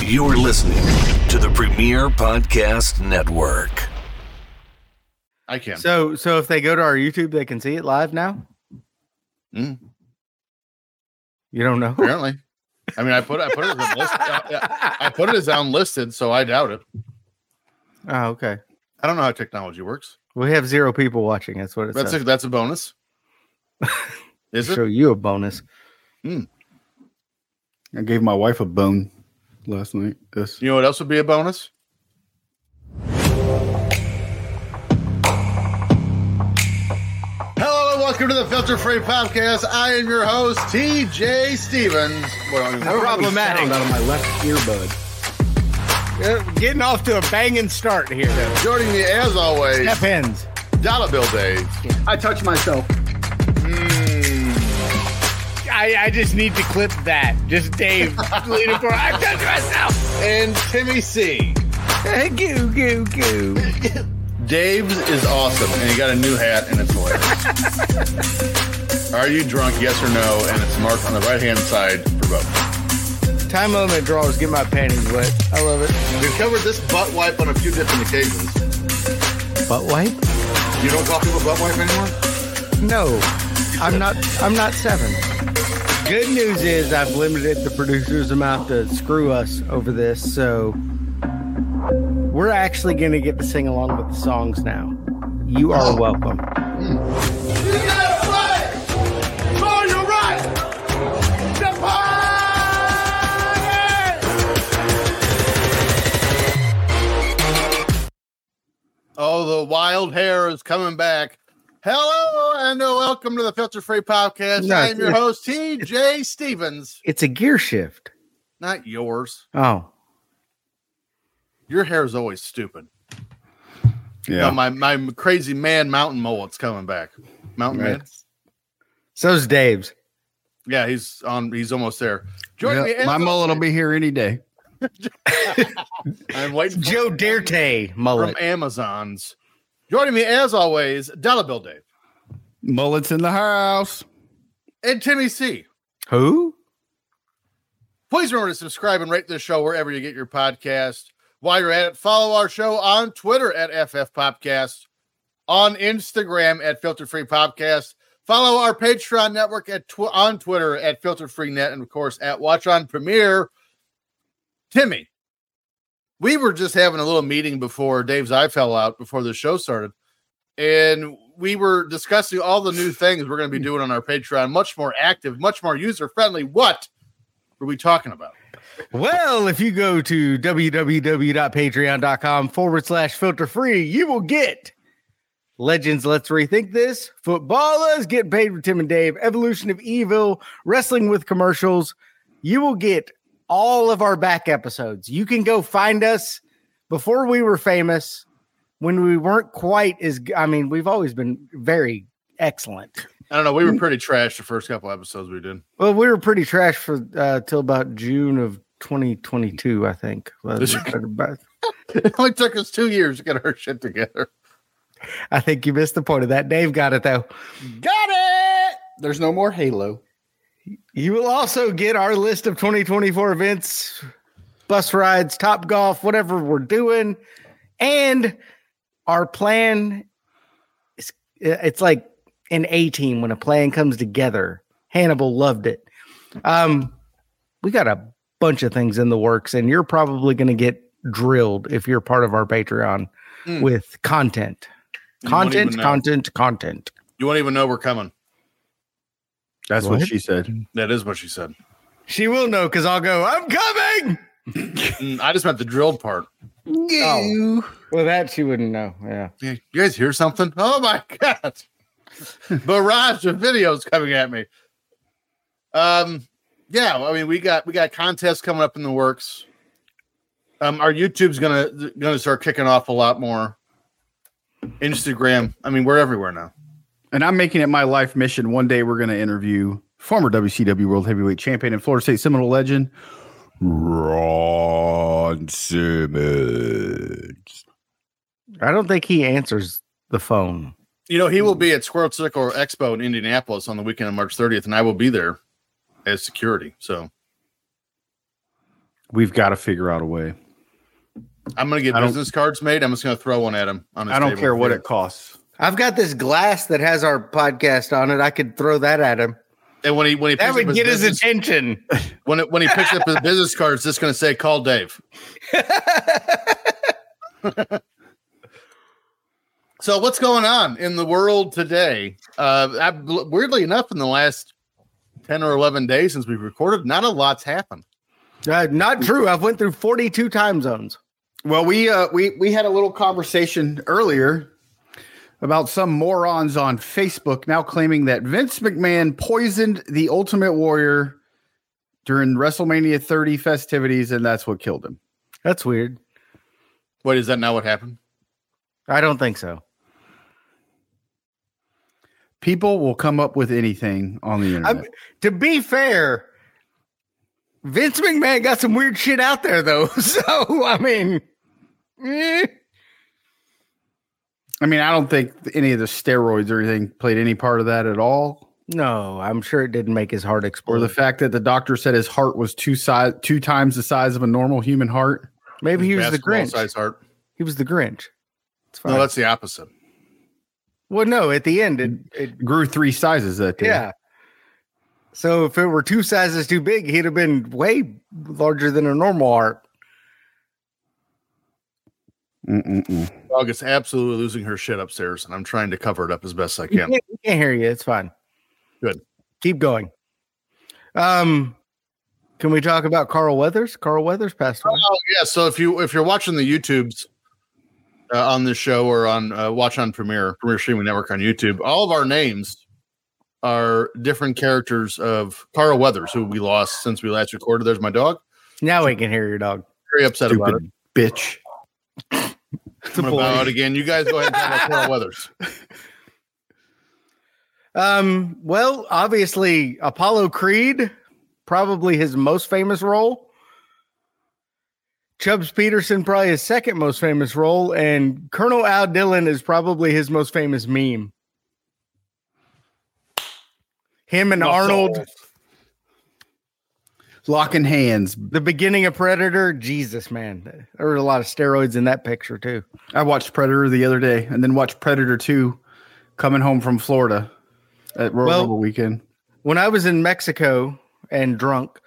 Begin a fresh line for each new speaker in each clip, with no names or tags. You're listening to the Premier Podcast Network.
I can.
So, so if they go to our YouTube, they can see it live now.
Mm.
You don't know.
Apparently, I mean, I put I put it as unlisted. I, I put it as unlisted, so I doubt it.
Oh, okay.
I don't know how technology works.
We have zero people watching. That's what it
That's a,
says.
that's a bonus. Is it?
Show you a bonus.
I gave my wife a bone last night. This
You know what else would be a bonus? Hello and welcome to the Filter Free Podcast. I am your host, TJ Stevens. Well,
I don't have any
Problematic.
sound out of my left earbud.
Uh, Getting off to a banging start here. though.
joining me as always,
F ends.
Dollar Bill Dave.
I touched myself.
I, I just need to clip that. Just Dave leaning forward. I've done it myself.
And Timmy C.
Goo goo goo.
Dave's is awesome, and he got a new hat, and it's hilarious. Are you drunk? Yes or no? And it's marked on the right hand side for both.
Time limit drawers. Get my panties wet. I love it.
We've covered this butt wipe on a few different occasions.
Butt wipe?
You don't call people butt wipe anymore?
No, I'm not. I'm not seven. Good news is I've limited the producer's amount to screw us over this, so we're actually going to get to sing along with the songs now. You are welcome.
Oh, the wild hair is coming back. Hello and uh, welcome to the Filter Free Podcast.
No,
I am your
it's-
host, TJ Stevens.
It's a gear shift.
Not yours.
Oh,
Your hair is always stupid.
Yeah,
No, my, my crazy man mountain mullet's coming back. Mountain
Right.
man.
so's Dave's.
Yeah, he's on he's almost there. Join
Yeah,
me as
my mullet will
always-
be here any day.
I'm waiting
Joe Derte
from
mullet.
Amazon's. Joining me as always, Dollar Bill Dave
Mullets in the house.
and Timmy C.
Who?
Please remember to subscribe and rate this show wherever you get your podcast. While you're at it, follow our show on Twitter at FF Podcast, on Instagram at Filter Free Podcast. Follow our Patreon network at tw- on Twitter at Filter Free Net, and of course at Watch on Premiere. Timmy, we were just having a little meeting before Dave's eye fell out before the show started, and we were discussing all the new things we're going to be doing on our Patreon. Much more active, much more user friendly. What were we talking about?
Well, if you go to www.patreon.com forward slash filter free, you will get Legends Let's Rethink This, Footballers Get Paid with Tim and Dave, Evolution of Evil, Wrestling with Commercials. You will get all of our back episodes. You can go find us before we were famous, when we weren't quite as, g- I mean, we've always been very excellent.
I don't know. We were pretty trash the first couple episodes we did.
Well, we were pretty trash for uh, till about June of 2022, I think. Was about-
It only took us two years to get our shit together.
I think you missed the point of that. Dave got it though.
Got it.
There's no more Halo.
You will also get our list of 2024 events, bus rides, top golf, whatever we're doing, and our plan. Is, it's like an A team when a plan comes together. Hannibal loved it. Um, we got a bunch of things in the works, and you're probably going to get drilled if you're part of our Patreon
Mm.
with content,
You won't even
content,
know.
content, content.
You won't even know we're coming.
That's what,
What?
she said.
That is what she said.
She will know because I'll go, I'm coming.
Mm, I just meant the drilled part.
Oh. Well, that she wouldn't know. Yeah.
Yeah, You guys hear something? Oh my god! Barrage of videos coming at me. Um, yeah. I mean, we got we got contests coming up in the works. Um, our YouTube's gonna gonna start kicking off a lot more. Instagram. I mean, we're everywhere now.
And I'm making it my life mission. One day we're going to interview former WCW World Heavyweight Champion and Florida State Seminole legend Ron Simmons.
I don't think he answers the phone.
You know, he
Hmm.
will be at Squirrel Circle Expo in Indianapolis on the weekend of March 30th, and I will be there as security. So
We've got to figure out a way.
I'm gonna get
I don't-
business cards made. I'm just gonna throw one at him. On his
I don't
table.
care what it costs.
I've got this glass that has our podcast on it. I could throw that at him.
And when he when he
That
picks up
would
his
get his
business,
attention.
when it, when he picks up his business card, it's just gonna say call Dave. so what's going on in the world today? Uh, I, weirdly enough, in the last ten or eleven days since we recorded, not a lot's happened.
Uh, not true. I've went through 42 time zones.
Well, we uh, we we had a little conversation earlier about some morons on Facebook now claiming that Vince McMahon poisoned the Ultimate Warrior during WrestleMania 30 festivities, and that's what killed him.
That's weird.
Wait, is that not what happened?
I don't think so.
People will come up with anything on the internet.
I'm- To be fair, Vince McMahon got some weird shit out there though. So I mean, eh.
I mean, I don't think any of the steroids or anything played any part of that at all.
no, I'm sure it didn't make his heart explode.
Or the fact that the doctor said his heart was two size two times the size of a normal human heart.
Maybe he was the
Basketball
Grinch.
size heart.
He was the Grinch. It's fine.
No, that's the opposite.
well, no, at the end, it, it
Grew three sizes that day.
Yeah. So if it were two sizes too big, he'd have been way larger than a normal heart.
Mm-mm-mm.
Dog is absolutely losing her shit upstairs, and I'm trying to cover it up as best I
We
can.
can't, we can't hear you. It's fine.
Good.
Keep going. Um, can we talk about Carl Weathers? Carl Weathers passed away.
Oh yeah, so if you if you're watching the YouTubes uh, on this show or on uh, watch on Premiere Premiere Streaming Network on YouTube, all of our names are different characters of Carl Weathers, who we lost since we last recorded. There's my dog.
Now we can hear your dog.
Very upset about it.
Stupid bitch.
I'm gonna bow out again. You guys go ahead and talk about Carl Weathers.
Um, well, obviously Apollo Creed, probably his most famous role. Chubbs Peterson, probably his second most famous role, and Colonel Al Dillon is probably his most famous meme. Him and Arnold,
Locking hands.
the beginning of Predator. Jesus, man. There were a lot of steroids in that picture, too.
I watched Predator the other day and then watched Predator 2 coming home from Florida at Royal
Well-
Rumble weekend.
When I was in Mexico and drunk,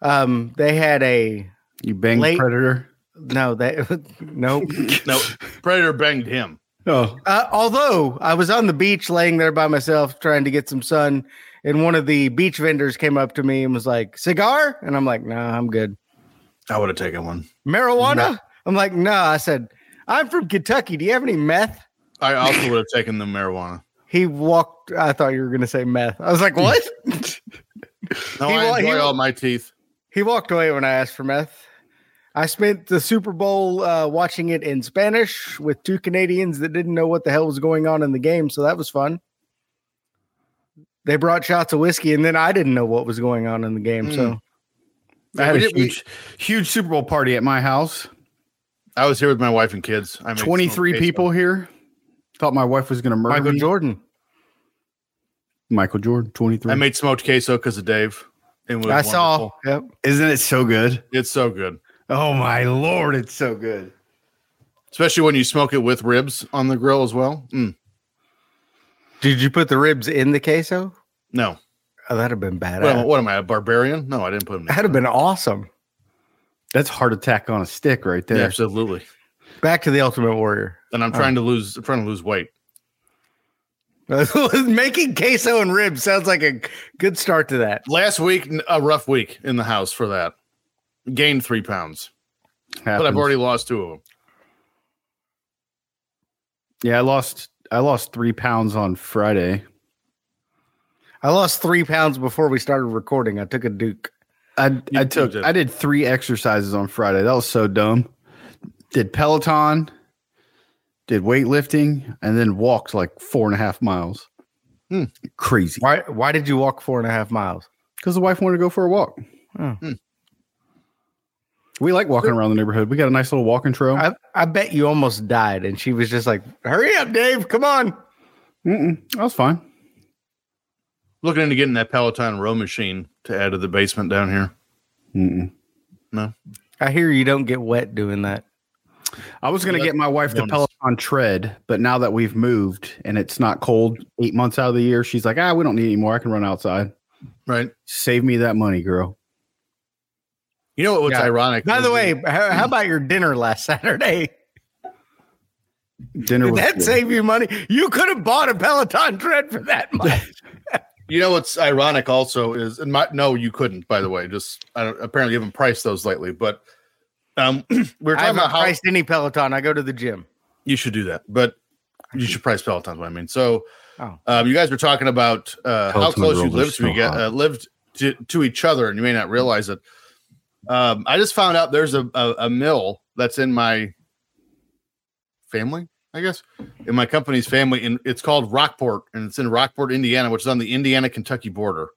um, they had a
You banged
Late-
Predator.
no, that nope.
No, Predator banged him.
Oh.
Uh, although I was on the beach laying there by myself trying to get some sun, and one of the beach vendors came up to me and was like, cigar? And I'm like, nah, I'm good.
I would have taken one.
Marijuana? I'm like, nah. I said, I'm from Kentucky. Do you have any meth?
I also would have taken the marijuana.
He walked. I thought you were going to say meth. I was like, what?
No,
He wa-
I
he
enjoy
wa-
all my teeth.
he walked away when I asked for meth. I spent the Super Bowl uh, watching it in Spanish with two Canadians that didn't know what the hell was going on in the game. So that was fun. They brought shots of whiskey, and then I didn't know what was going on in the game.
Hmm.
So
I had
We
a
did- we-
huge, huge Super Bowl party at my house.
I was here with my wife and kids. I made
23
smoked queso.
people here. Thought my wife was going to murder
Michael
me.
Jordan,
Michael Jordan, 23.
I made smoked queso because of Dave. It was
I saw.
wonderful.
Yep.
Isn't it so good?
It's so good.
Oh my lord, it's so good.
especially when you smoke it with ribs on the grill as well. Mm,
Did you put the ribs in the queso?
no,
Oh, that'd have been badass.
what am, what am I, a barbarian? No, I didn't put them.
that'd have been awesome.
That's heart attack on a stick right there.
absolutely.
Back to the Ultimate Warrior.
And I'm trying to lose, I'm trying to lose weight.
Making queso and ribs sounds like a good start to that.
Last week, n- a rough week in the house for that. Gained three pounds, but I've
Happens.
already lost two of them.
yeah, I lost I lost three pounds on Friday.
I lost three pounds before we started recording. I took a Duke.
I
You-
I
you
took
did.
I did three exercises on Friday. That was so dumb. Did Peloton, did weightlifting, and then walked like four and a half miles.
Hmm.
Crazy.
Why? Why did you walk four and a half miles?
Because the wife wanted to go for a walk.
Oh.
Hmm.
We like walking around the neighborhood. We got a nice little walking trail.
I, I bet you almost died, and she was just like, "Hurry up, Dave! Come on!"
Mm-mm, that was fine.
Looking into getting that Peloton row machine to add to the basement down here.
Mm-mm.
No.
I hear you don't get wet doing that.
I was going to
Let-
get my wife the
Jonas.
Peloton tread, but now that we've moved and it's not cold eight months out of the year, she's like, ah, we don't need any more. I can run outside.
Right.
Save me that money, girl.
You know what was
Yeah.
ironic?
By the
was
way, how, how about your dinner last Saturday?
Dinner
Did
was
that
good.
save you money? You could have bought a Peloton tread for that much.
You know what's ironic also is, and my no, you couldn't. By the way, just I don't, apparently you haven't priced those lately. But um, we were
I
talking
haven't
about how
priced any Peloton. I go to the gym.
you should do that, but you should price Pelotons. What I mean, so
Oh.
um, you guys were talking about uh, how
Peloton
close you
girls are
lived to
so
get,
hot.
uh, lived to, to each other, and you may not realize it. Um, I just found out there's a, a a mill that's in my family, I guess, in my company's family, and it's called Rockport, and it's in Rockport, Indiana, which is on the Indiana Kentucky border.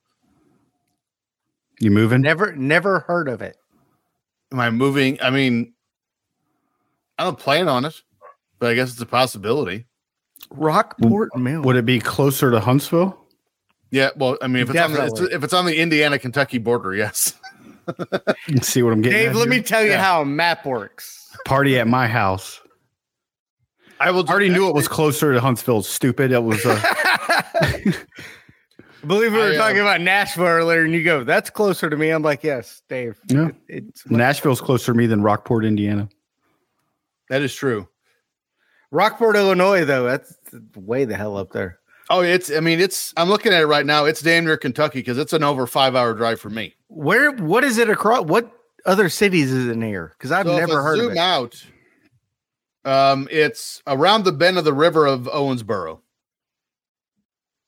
You moving?
Never, never heard of it.
am I moving? I mean, I don't plan on it, but I guess it's a possibility.
Rockport Mill.
Would it be closer to Huntsville?
Yeah. Well, I mean, if it's, on the,
Definitely.
if it's on the Indiana Kentucky border, yes.
You can see what I'm getting.
Dave,
at
let
here?
me tell you
Yeah.
how a map works.
party at my house.
I will.
I already knew it was closer to Huntsville. Stupid. It was. Uh,
I believe we were
I, uh,
talking about Nashville earlier, and you go, "That's closer to me." I'm like, "Yes, Dave."
Yeah.
It's
Nashville's closer to me than Rockport, Indiana.
That is true.
Rockport, Illinois, though. That's way the hell up there.
Oh, it's. I mean, it's. I'm looking at it right now. It's damn near Kentucky because it's an over five hour drive for me.
Where? What is it across? What other cities is it near? Because I've
So if
never
I
heard
zoom
of it.
out. Um, it's around the bend of the river of Owensboro.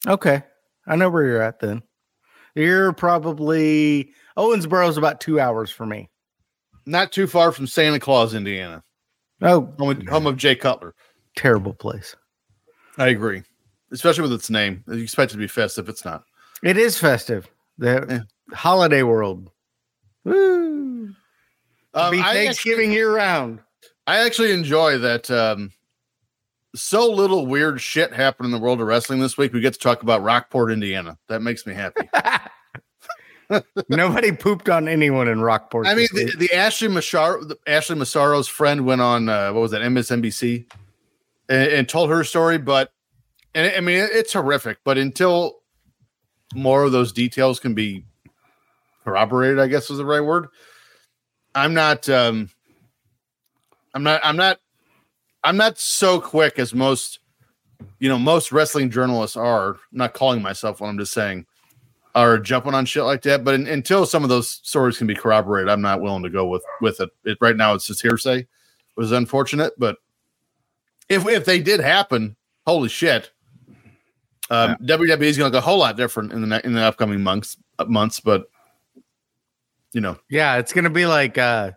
Okay, I know where you're at. Then you're probably Owensboro's about two hours for me.
Not too far from Santa Claus, Indiana,
Oh,
home of, home of Jay Cutler.
terrible place.
I agree, especially with its name. You expect it to be festive. It's not.
It is festive. The holiday world. Woo!
Um,
Be
I actually-
Thanksgiving year round.
I actually enjoy that. Um, so little weird shit happened in the world of wrestling this week. We get to talk about Rockport, Indiana. That makes me happy.
Nobody pooped on anyone in Rockport.
I mean,
this
the,
week.
the Ashley Mashar, the, Ashley Massaro's friend went on uh, what was that MSNBC and, and told her story, but and I mean it's horrific. But until more of those details can be corroborated, I guess is the right word. I'm not. um I'm not. I'm not. I'm not so quick as most. You know, most wrestling journalists are. I'm not calling myself one. I'm just saying are jumping on shit like that. But in, until some of those stories can be corroborated, I'm not willing to go with with it. it right now, it's just hearsay. It was unfortunate, but if if they did happen, holy shit, um, WWE is going to look a whole lot different in the ne- in the upcoming months uh, months. But you know,
yeah, it's gonna be like uh,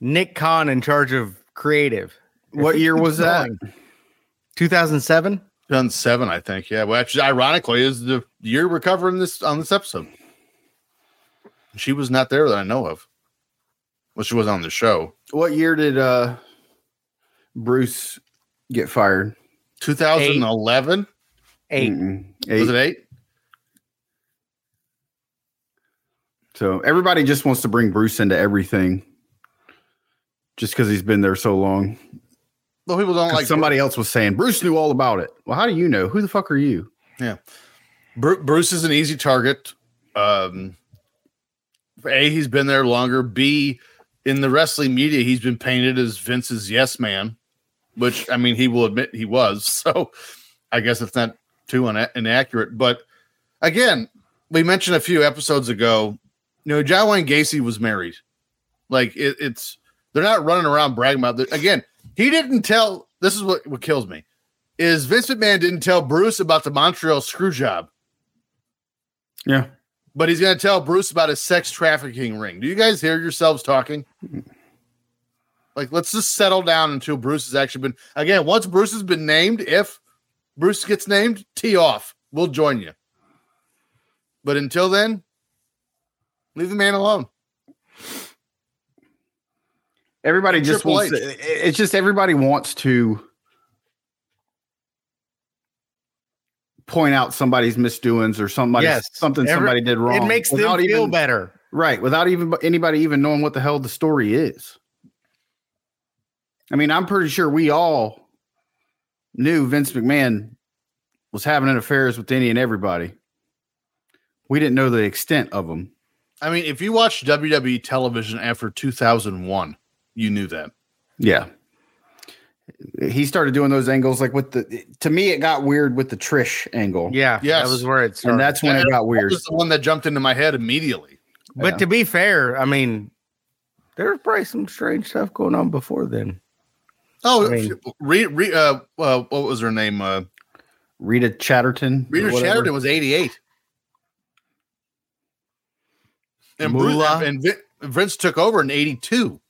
Nick Khan in charge of creative.
What year was that?
Two thousand seven.
2007, I think. Yeah, which ironically is the year we're covering this on this episode. She was not there that I know of. Well, she was on the show.
What year did uh, Bruce get fired?
2011.
Eight.
Mm-mm.
Was it eight?
Eight. So everybody just wants to bring Bruce into everything, just because he's been there so long.
Well, people don't
'Cause
like
somebody else was saying Bruce knew all about it. Well, how do you know? Who the fuck are you?
Bru- Bruce is an easy target. Um, a, he's been there longer. B, in the wrestling media, he's been painted as Vince's yes man, which I mean, he will admit he was. So I guess it's not too un- inaccurate. But again, we mentioned a few episodes ago, you know, John Wayne Gacy was married. Like it, it's, they're not running around bragging about that. Again, he didn't tell. This is what, what kills me is Vince McMahon didn't tell Bruce about the Montreal screw job
Yeah.
but he's going to tell Bruce about his sex trafficking ring. Do you guys hear yourselves talking? Like, let's just settle down until Bruce has actually been. Again, once Bruce has been named, if Bruce gets named, tee off. We'll join you. But until then, leave the man alone.
Everybody just
Triple
wants.
H.
it- It's just everybody wants to point out somebody's misdoings or somebody
Yes.
something
Every-
somebody did wrong.
It makes them
without
feel
even-
better.
Right, without even anybody even knowing what the hell the story is. I mean, I'm pretty sure we all knew Vince McMahon was having an affairs with any and everybody. We didn't know the extent of them.
I mean, if you watched WWE television after 2001, you knew that.
Yeah. He started doing those angles like with the to me it got weird with the Trish angle.
Yeah,
Yes.
that was where it started.
And that's when it got weird.
That was the one that jumped into my head immediately.
but
yeah.
to be fair, I mean, there was probably some strange stuff going on before then.
Oh,
I mean-
re, re, uh, uh, what was her name? Uh,
Rita Chatterton. or
Rita
whatever.
Chatterton was 88. And, Bruce,
Moolah.
and Vin, Vince took over in 82.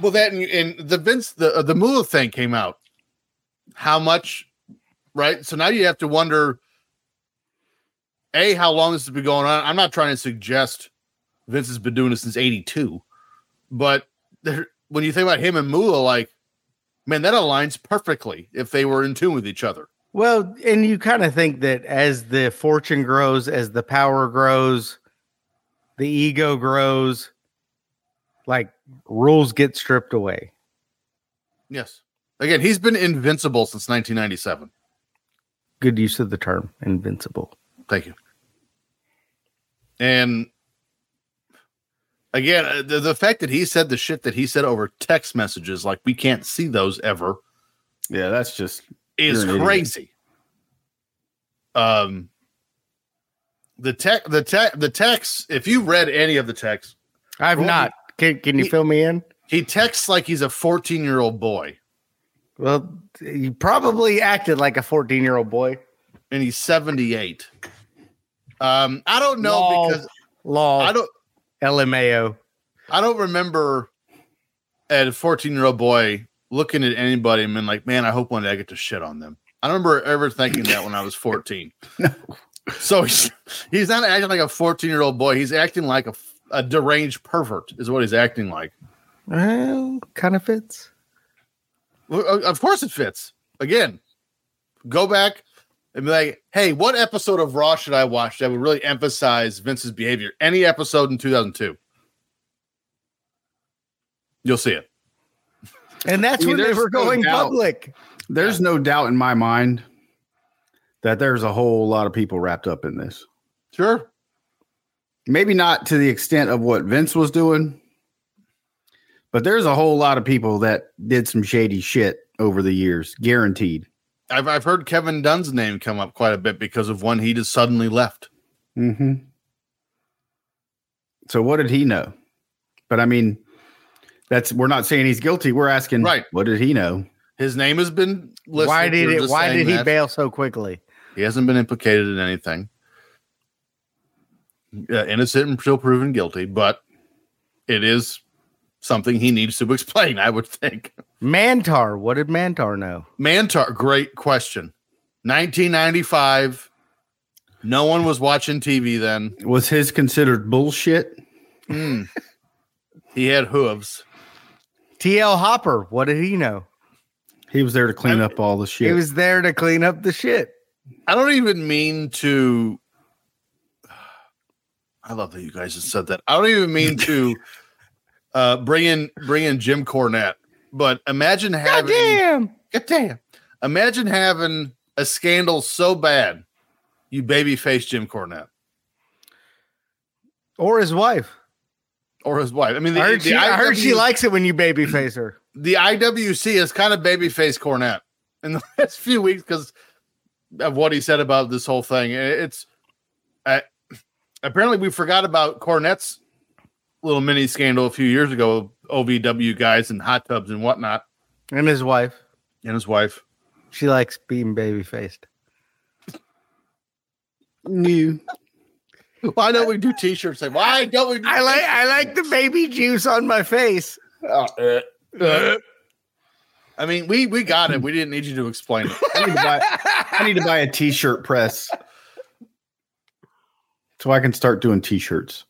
Well, that and, and the Vince, the, uh, the Moolah thing came out. How much, right? So now you have to wonder A, how long this has been going on. I'm not trying to suggest Vince has been doing this since 82, but there, when you think about him and Moolah, like, man, that aligns perfectly if they were in tune with each other.
Well, and you kind of think that as the fortune grows, as the power grows, the ego grows, like rules get stripped away.
Yes. Again, he's been invincible since 1997.
Good use of the term invincible.
Thank you. And again, uh, the, the fact that he said the shit that he said over text messages, like we can't see those ever,
Yeah, that's just
is
You're an idiot.
crazy. Um, the tech, the tech, the text. If you read any of the text,
I've
Well,
not. Can, can you
he-
fill me in?
he texts like he's a 14 year old boy,
Well, you probably acted like a 14 year old boy.
and he's 78. Um, I don't know
Lol.
because
Law.
I don't.
LMAO.
I don't remember as a 14 year old boy looking at anybody and being like, man, I hope one day I get to shit on them. I don't remember ever thinking that when I was 14. So he's, he's not acting like a 14 year old boy. He's acting like a, a deranged pervert, is what he's acting like.
Well, kind of fits.
Well, o- Of course, it fits. Again, go back and be like, hey, what episode of Raw should I watch that would really emphasize Vince's behavior? Any episode in 2002. You'll see it.
And that's
I
when
mean,
they
there's
were
no
going
doubt.
public.
There's no doubt in my mind that there's a whole lot of people wrapped up in this.
Sure.
Maybe not to the extent of what Vince was doing, but there's a whole lot of people that did some shady shit over the years, guaranteed.
I've I've heard Kevin Dunn's name come up quite a bit because of when he just suddenly left.
Mm-hmm. So what did he know? But I mean, that's we're not saying he's guilty. We're asking,
Right.
What did he know?
His name has been listed.
why did
We're
it?
just
Why
saying
did he
that.
bail so quickly?
He hasn't been implicated in anything. Uh, innocent until proven guilty, but it is something he needs to explain. I would think.
Mantar. What did Mantar know?
Mantar, great question. 1995. No one was watching TV then.
Was his considered bullshit?
Mm. he had hooves.
TL Hopper. What did he know?
He was there to clean
I-
up all the shit.
He was there to clean up the shit.
I don't even mean to. I love that you guys just said that. I don't even mean to uh, bring in bring in Jim Cornette, but imagine
God
having
damn.
God damn. imagine having a scandal so bad you babyface Jim Cornette
Or his wife.
or his wife. I mean, the,
I heard,
the
she, I heard she
IW
likes it when you babyface her.
the IWC has kind of babyface Cornette in the last few weeks because of what he said about this whole thing. And It's uh, apparently we forgot about Cornette's little mini scandal a few years ago, OVW guys and hot tubs and whatnot,
And his wife.
and his wife.
She likes being babyfaced.
new.
Why don't we do T-shirts? Like, why don't we? Do
I like I like the baby juice on my face.
I mean, we we got it. We didn't need you to explain it.
I need to buy, I need to buy a t-shirt press so I can start doing t-shirts.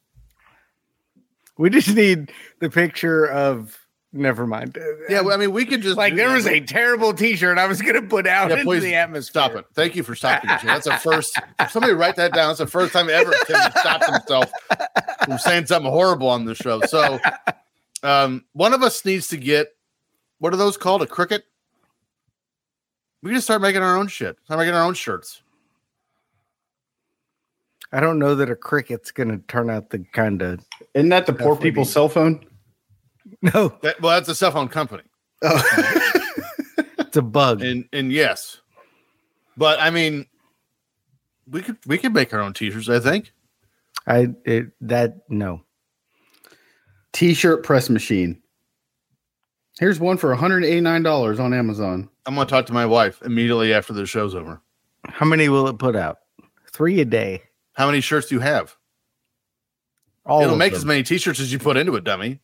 We just need the picture of
Never mind.
Yeah, well, I mean, we could just
Like
do
there
that.
was a terrible T-shirt I was gonna put out
Yeah,
into
please
the atmosphere.
Stop it. Thank you for stopping yourself. That's the first. Somebody write that down. It's the first time ever Tim stopped himself from saying something horrible on the show. So, um, one of us needs to get what are those called? A cricket? We can just start making our own shit. Start making our own shirts.
I don't know that a cricket's gonna turn out the kind of
Isn't that the poor people's cell phone?
no.
That, well, that's a cell phone company,
It's a bug.
and and yes, but I mean, we could we could make our own T-shirts. I think.
I it, that no.
T-shirt press machine. Here's one for $189 on Amazon.
I'm gonna talk to my wife immediately after the show's over.
How many will it put out? Three a day.
How many shirts do you have?
All
It'll
of
make
them.
as many T-shirts as you put into it, dummy.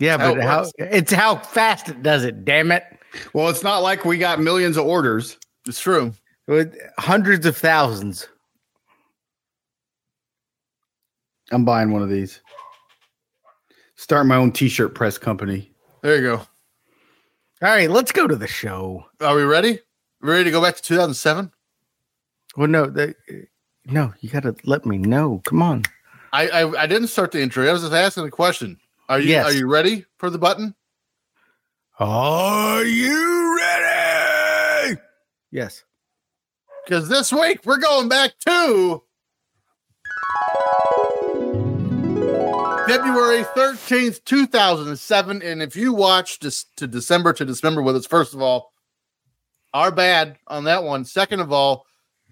Yeah,
how
but
it
how
works.
it's how fast it does it. Damn it!
Well, it's not like we got millions of orders.
It's true.
With hundreds of thousands.
I'm buying one of these. Start my own T-shirt press company.
There you go.
All right, let's go to the show.
Are we ready? We ready to go back to 2007?
Well, no, that no, you gotta let me know. Come on.
I, I I didn't start the intro. I was just asking a question. Are you
Yes.
are you ready for the button?
Are you ready? Yes.
Because this week we're going back to February 13th, 2007. And if you watched this to December to Dismember with us, first of all, our bad on that one. Second of all,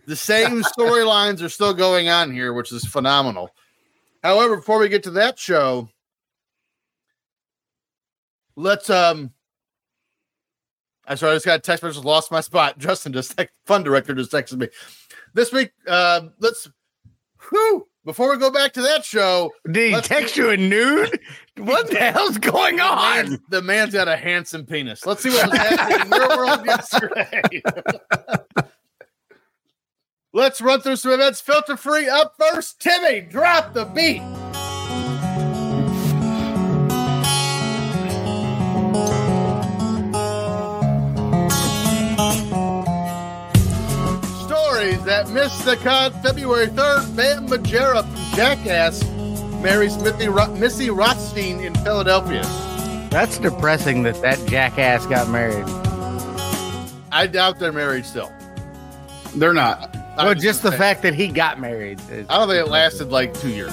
the same storylines are still going on here, which is phenomenal. However, before we get to that show, let's um I'm sorry, I just got a text message. Lost my spot. Justin just text, fun director just texted me this week. Uh, let's. Whew, before we go back to that show,
Did he
Let's-
text you a nude? What the hell's going on?
the man's got a handsome penis. Let's see what was happening in your world yesterday. let's run through some events. Filter free up first. Timmy, drop the beat. Stories that missed the cut. February 3rd, Bam Majera from Jackass marries Smithy Ro- Missy Rothstein in Philadelphia.
That's depressing that that jackass got married.
I doubt they're married still.
They're not.
I'm
well, just the
saying.
fact that he got married. is-
I don't think it lasted like two years.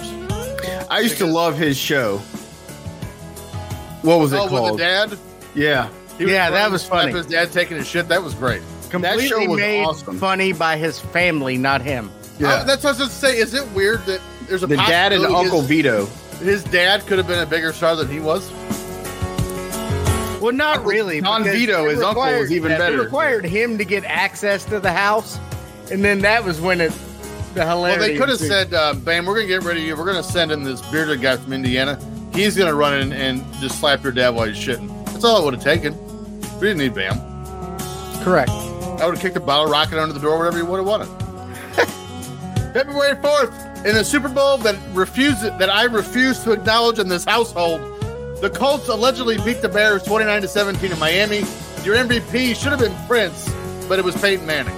I used to love his show. What was it
Oh, with the
called?
dad.
yeah.
Yeah, that
running
was
to slap
funny.
His dad taking his shit. That was great.
completely
show was
made
awesome.
funny by his family, not him.
Yeah.
I- Uh, that's what I was going to say. Is it weird that there's a
the dad and
possibility
Uncle Vito.
his, his dad could have been a bigger star than he was.
Well, not really.
Don
because
Vito,
it
his uncle, was
required-
even
it
better.
required him to get access to the house, and then that was when it the
Well,
hilarity.
they could have
ensued.
said, uh, "Bam, we're going to get rid of you. We're going to send in this bearded guy from Indiana. He's going to run in and just slap your dad while he's shitting." That's all it would have taken. We didn't need Bam.
correct.
I would have kicked a bottle rocket under the door, whatever you would have wanted. February 4th, in the Super Bowl that refused that I refuse to acknowledge in this household, the Colts allegedly beat the Bears 29 to 17 in Miami. Your MVP should have been Prince, but it was Peyton Manning.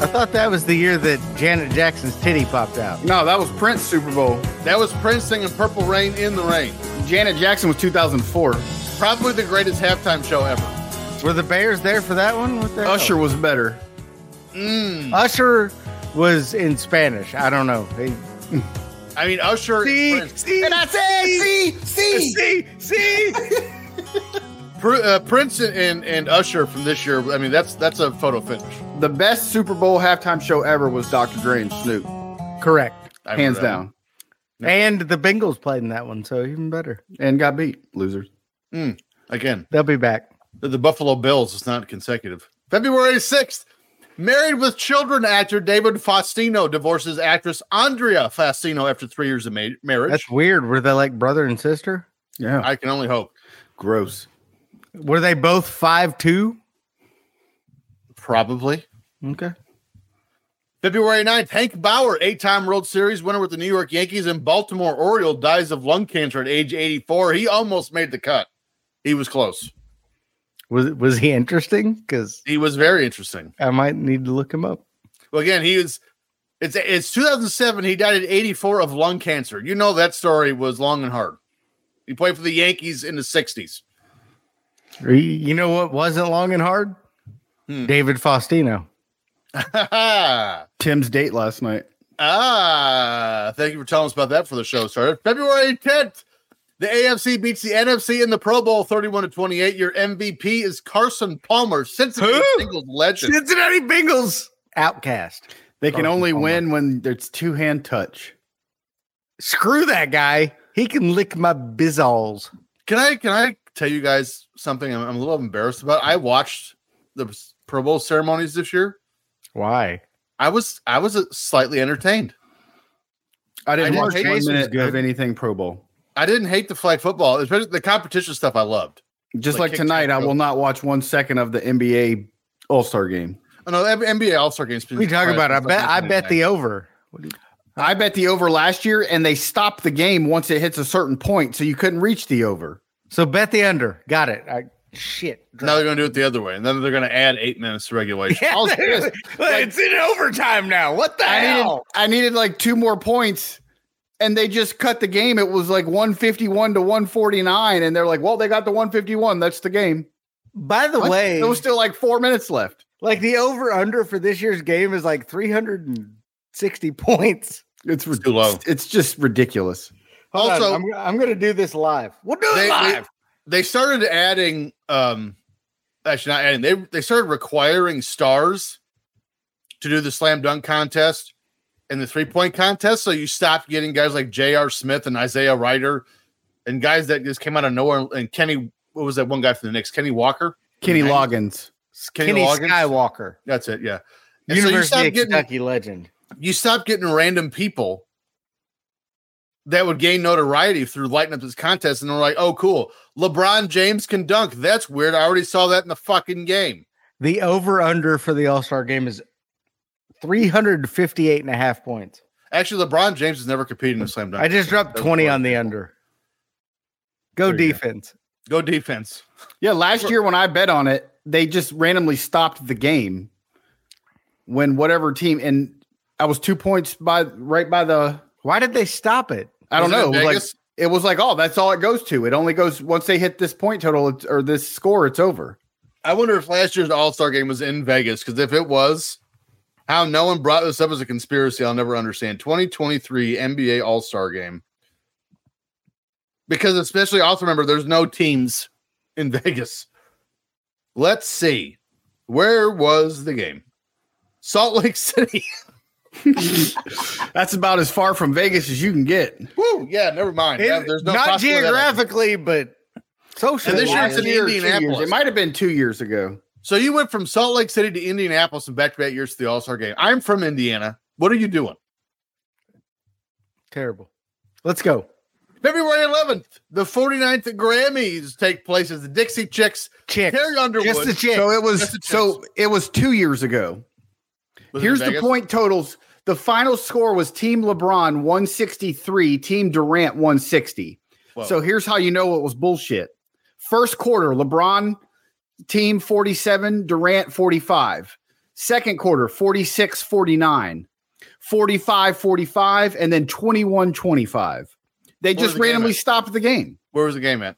I thought that was the year that Janet Jackson's titty popped out.
No, that was Prince Super Bowl.
That was Prince singing Purple Rain in the Rain.
Janet Jackson was 2004.
Probably the greatest halftime show ever.
Were the Bears there for that one? What the hell?
Usher was better.
Mm.
Usher was in Spanish. I don't know. He-
I mean, Usher and Prince.
see,
And I said, see, see.
see, see.
Pr- uh, Prince and, and, and Usher from this year. I mean, that's that's a photo finish.
The best Super Bowl halftime show ever was Dr. Dre and Snoop,
correct.
I remember
hands
that one.
down,
And the Bengals played in that one, so even better.
and got beat. Losers.
Again,
They'll be back.
that the Buffalo Bills is not consecutive. February 6th, married with children actor David Faustino divorces actress Andrea Faustino after three years of ma- marriage.
That's weird. Were they like brother and sister?
Yeah,
I can only hope.
gross.
Were they both five two?
Probably.
Okay.
February 9th, Hank Bauer, eight time World Series winner with the New York Yankees and Baltimore Oriole, dies of lung cancer at age 84. He almost made the cut. He was close.
Was was he interesting? Because
He was very interesting.
I might need to look him up.
Well, again, he was. It's it's 2007. He died at 84 of lung cancer. You know that story was long and hard. He played for the Yankees in the 60s.
Or You you know what wasn't long and hard?
Hmm.
David Faustino.
ah,
Tim's date last night.
thank you for telling us about that for the show started February 10th. The AFC beats the NFC in the Pro Bowl 31 to 28. Your MVP is Carson Palmer, Cincinnati
Who?
Bengals legend.
Cincinnati Bengals outcast.
They can
Carson
only
Palmer.
win when there's two hand touch.
Screw that guy. He can lick my bizzles.
Can I can I tell you guys something I'm, I'm a little embarrassed about? I watched the Pro Bowl ceremonies this year.
Why?
I was I was uh, slightly entertained.
I didn't
didn't
watch
hate
one
Jason's
minute
good.
of anything Pro Bowl.
I didn't hate the flag football, especially the competition stuff. I loved.
Just
Like
like,
kick
tonight,
to
I
Pro
will not watch one second of the NBA All Star game.
Oh no, the NBA All Star games.
What are you talking about? I bet I bet the over.
I bet the over last year, and they stopped the game once it hits a certain point, so you couldn't reach the over.
So bet the under. Got it. Uh, I, shit.
Now they're going to do it the other way, and then they're going to add eight minutes to regulation.
Yeah,
All-
there-
it's in overtime now. What the
I needed,
hell?
I needed like two more points, and they just cut the game. It was like 151 to 149, and they're like, well, they got the 151. That's the game.
By the
What?
way,
There was still like four minutes left.
like the over under for this year's game is like 360 points.
It's, rid-
too low.
It's just ridiculous.
Hold on,
Also-
I'm, I'm going to do this live. We'll do it
They- they-
live.
they started adding, um, actually not adding. They they started requiring stars to do the slam dunk contest and the three point contest. So you stopped getting guys like J.R. Smith and Isaiah Ryder, and guys that just came out of nowhere. And Kenny, what was that one guy from the Knicks? Kenny Walker.
Kenny
Nice.
Loggins.
Kenny
Kenny
Loggins?
Skywalker,
That's it. Yeah. And so you
University
stopped
of
getting
Kentucky legend.
you stop getting random people that would gain notoriety through lighting up this contest, and they're like, "Oh, cool, LeBron James can dunk." That's weird. I already saw that in the fucking game.
The over under for the All Star game is 358 and a half points.
Actually, LeBron James has never competed in a slam dunk.
I just dropped
That's
20
right.
on the under. Go
There you go.
defense.
Go defense.
Yeah, last year when I bet on it, they just randomly stopped the game when whatever team and I was two points by right by the
Why did they stop it?
I don't
Was it
know
in
like
Vegas?
it was like oh that's all it goes to it only goes once they hit this point total it's, or this score it's over
I wonder if last year's All Star game was in Vegas because if it was, how no one brought this up as a conspiracy, I'll never understand. 2023 NBA All Star game. Because, especially, also remember there's no teams in Vegas. Let's see. Where was the game? Salt Lake City.
that's about as far from Vegas as you can get
Woo. Oh, Yeah, never mind. Yeah,
It-
there's no
not
possible way that happened.
geographically, but socially.
And this year
Last
it's in
year or two years-
Indianapolis.
it might have been two years ago
So you went from Salt Lake City to Indianapolis and back to back years to the All Star game. I'm from Indiana. What are you doing?
terrible. Let's go.
February 11th, the 49th Grammys take place as the Dixie Chicks,
Chick.
Carrie Underwood.
Just the chick.
so it was
That's a
so it was two years ago
Was it
Here's
in
the
Vegas?
point totals. The final score was Team LeBron 163, Team Durant 160.
Whoa.
So here's how you know it was bullshit. First quarter, LeBron team 47, Durant 45. Second quarter, 46 49, 45 45, and then 21 25. They
What was
just
the game
randomly
at?
stopped the game.
where was the game at?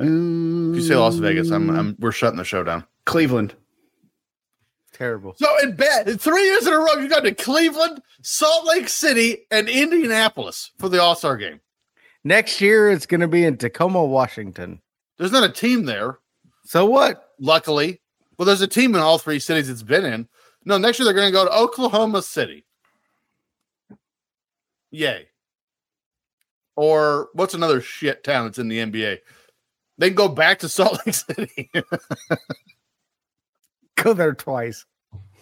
If
You
you say Las Vegas, I'm, I'm we're shutting the show down.
Mm, Cleveland.
terrible.
So in bed, in three years in a row, you got to Cleveland, Salt Lake City, and Indianapolis for the All Star game.
Next year it's going to be in Tacoma, Washington.
There's not a team there,
So what?
luckily. Well, there's a team in all three cities it's been in. No, next year they're going to go to Oklahoma City. Yay. Or what's another shit town that's in the NBA? They can go back to Salt Lake City.
Go there twice.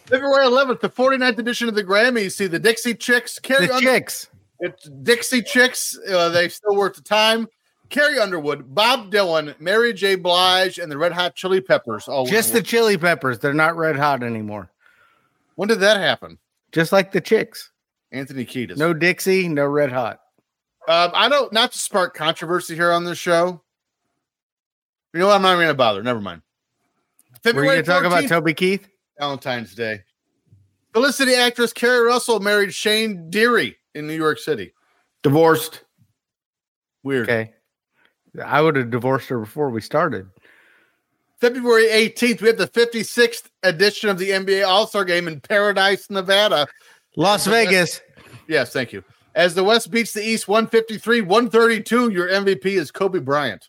February 11th, the 49th edition of the Grammys. See the Dixie Chicks. Carrie
The
Under-
chicks.
it's Dixie Chicks. Uh, they still work the time. Carrie Underwood, Bob Dylan, Mary J. Blige, and the Red Hot Chili Peppers. Oh, All
Just the chili peppers. They're not red hot anymore.
when did that happen?
Just like the chicks.
Anthony Kiedis.
No Dixie, no red hot.
Um, I don't not to spark controversy here on this show. You know what? I'm not even gonna bother. Never mind.
We're going to talk about
14th,
Toby Keith.
Valentine's Day. Felicity actress Carrie Russell married Shane Deary in New York City.
Divorced.
Weird.
Okay. I would have divorced her before we started.
February 18th, we have the 56th edition of the NBA All Star Game in Paradise, Nevada.
Las Vegas.
Yes, thank you. As the West beats the East 153 132, your MVP is Kobe Bryant.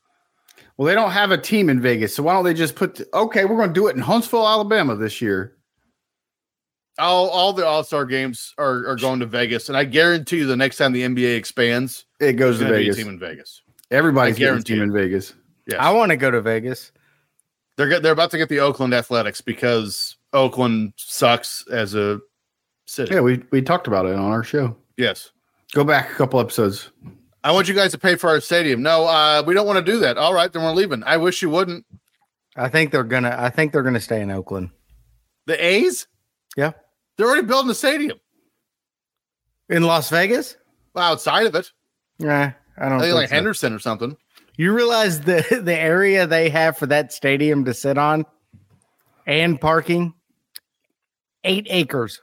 Well, they don't have a team in Vegas, so why don't they just put? the- okay, we're going to do it in Huntsville, Alabama this year.
All, all the All Star games are, are going to Vegas, and I guarantee you the next time the NBA expands,
It goes
there's going
to
to be a
Vegas.
team in Vegas.
Everybody's
I
getting a
guarantee
team
it.
in Vegas.
Yes.
I want to go to Vegas.
they're, get- they're about to get the Oakland Athletics because Oakland sucks as a city.
Yeah, we we talked about it on our show.
Yes.
Go back a couple episodes.
I want you guys to pay for our stadium. No, uh, we don't want to do that. All right, then we're leaving. I wish you wouldn't.
I think they're gonna. I think they're gonna stay in Oakland.
The A's?
Yeah,
They're already building the stadium.
in Las Vegas.
Well, outside of it,
Yeah, I don't.
I think
Think
like
so.
Henderson or something.
You realize the the area they have for that stadium to sit on, and parking, eight acres.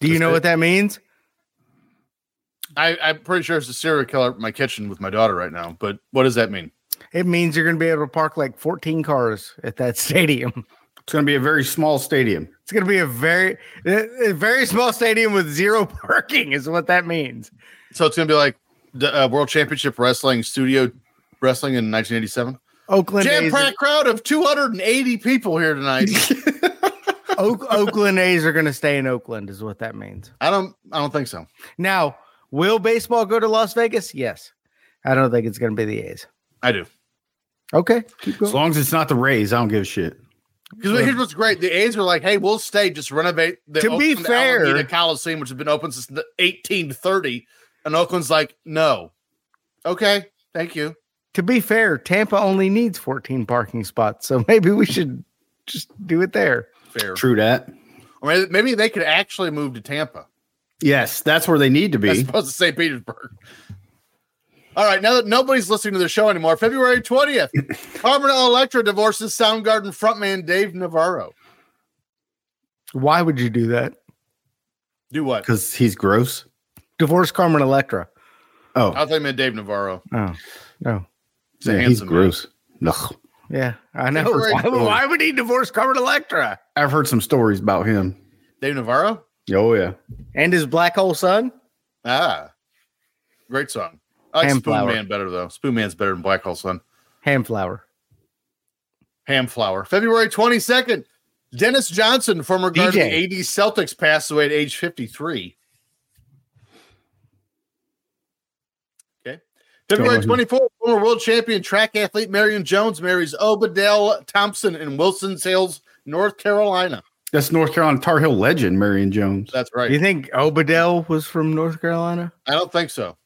Do you
That's
know
it.
what that means?
I, I'm pretty sure it's a serial killer in my kitchen with my daughter right now. But what does that mean?
It means you're going to be able to park like 14 cars at that stadium.
It's going to be a very small stadium.
It's going to be a very, a a very small stadium with zero parking, is what that means.
So it's gonna be like the uh, World Championship Wrestling Studio Wrestling in 1987.
Oakland
Jam
A's,
packed crowd of 280 people here tonight.
Oak, Oakland A's are going to stay in Oakland, is what that means.
I don't. I don't think so.
Now, will baseball go to Las Vegas? Yes. I don't think it's going to be the A's.
I do.
Okay. Keep
As
going.
long as it's not the Rays, I don't give a shit.
Because here's what's great: the A's are like, "Hey, we'll stay. Just renovate the
To be fair-
Alameda Coliseum, which has been open since the 1830." And Oakland's like, "No, okay, thank you."
To be fair, Tampa only needs 14 parking spots. So maybe we should just do it there.
Fair.
True that.
Or may- maybe they could actually move to Tampa
Yes, that's where they need to
as
be.
opposed to St. Petersburg. All right, now that nobody's listening to the show anymore, February 20th, Carmen Electra divorces Soundgarden frontman Dave Navarro.
Why would you do that?
Do what?
Because he's gross.
Divorce Carmen Electra.
Oh,
I thought you meant Dave Navarro.
Oh, no.
He's a
yeah, he's
handsome man.
gross. Ugh.
Yeah, I know.
Temporary
Why,
divorce.
why would he divorce Carmen Electra
I've heard some stories about him.
Dave Navarro?
Oh yeah,
and his black hole son?
Ah, great song. I like
Ham
Spoon
flour.
Man better though. Spoon Man's better than Black Hole Sun.
Hamflower.
Ham flour. February twenty second. Dennis Johnson, former guard of the
DJ.
'80s Celtics, passed away at age fifty three. Okay. February
Don't
twenty fourth. Former world champion track athlete Marion Jones marries Obadell Thompson in Wilson Sales, North Carolina.
that's North Carolina Tar Heel legend Marion Jones.
That's right.
You think Obadell was from North Carolina?
I don't think so.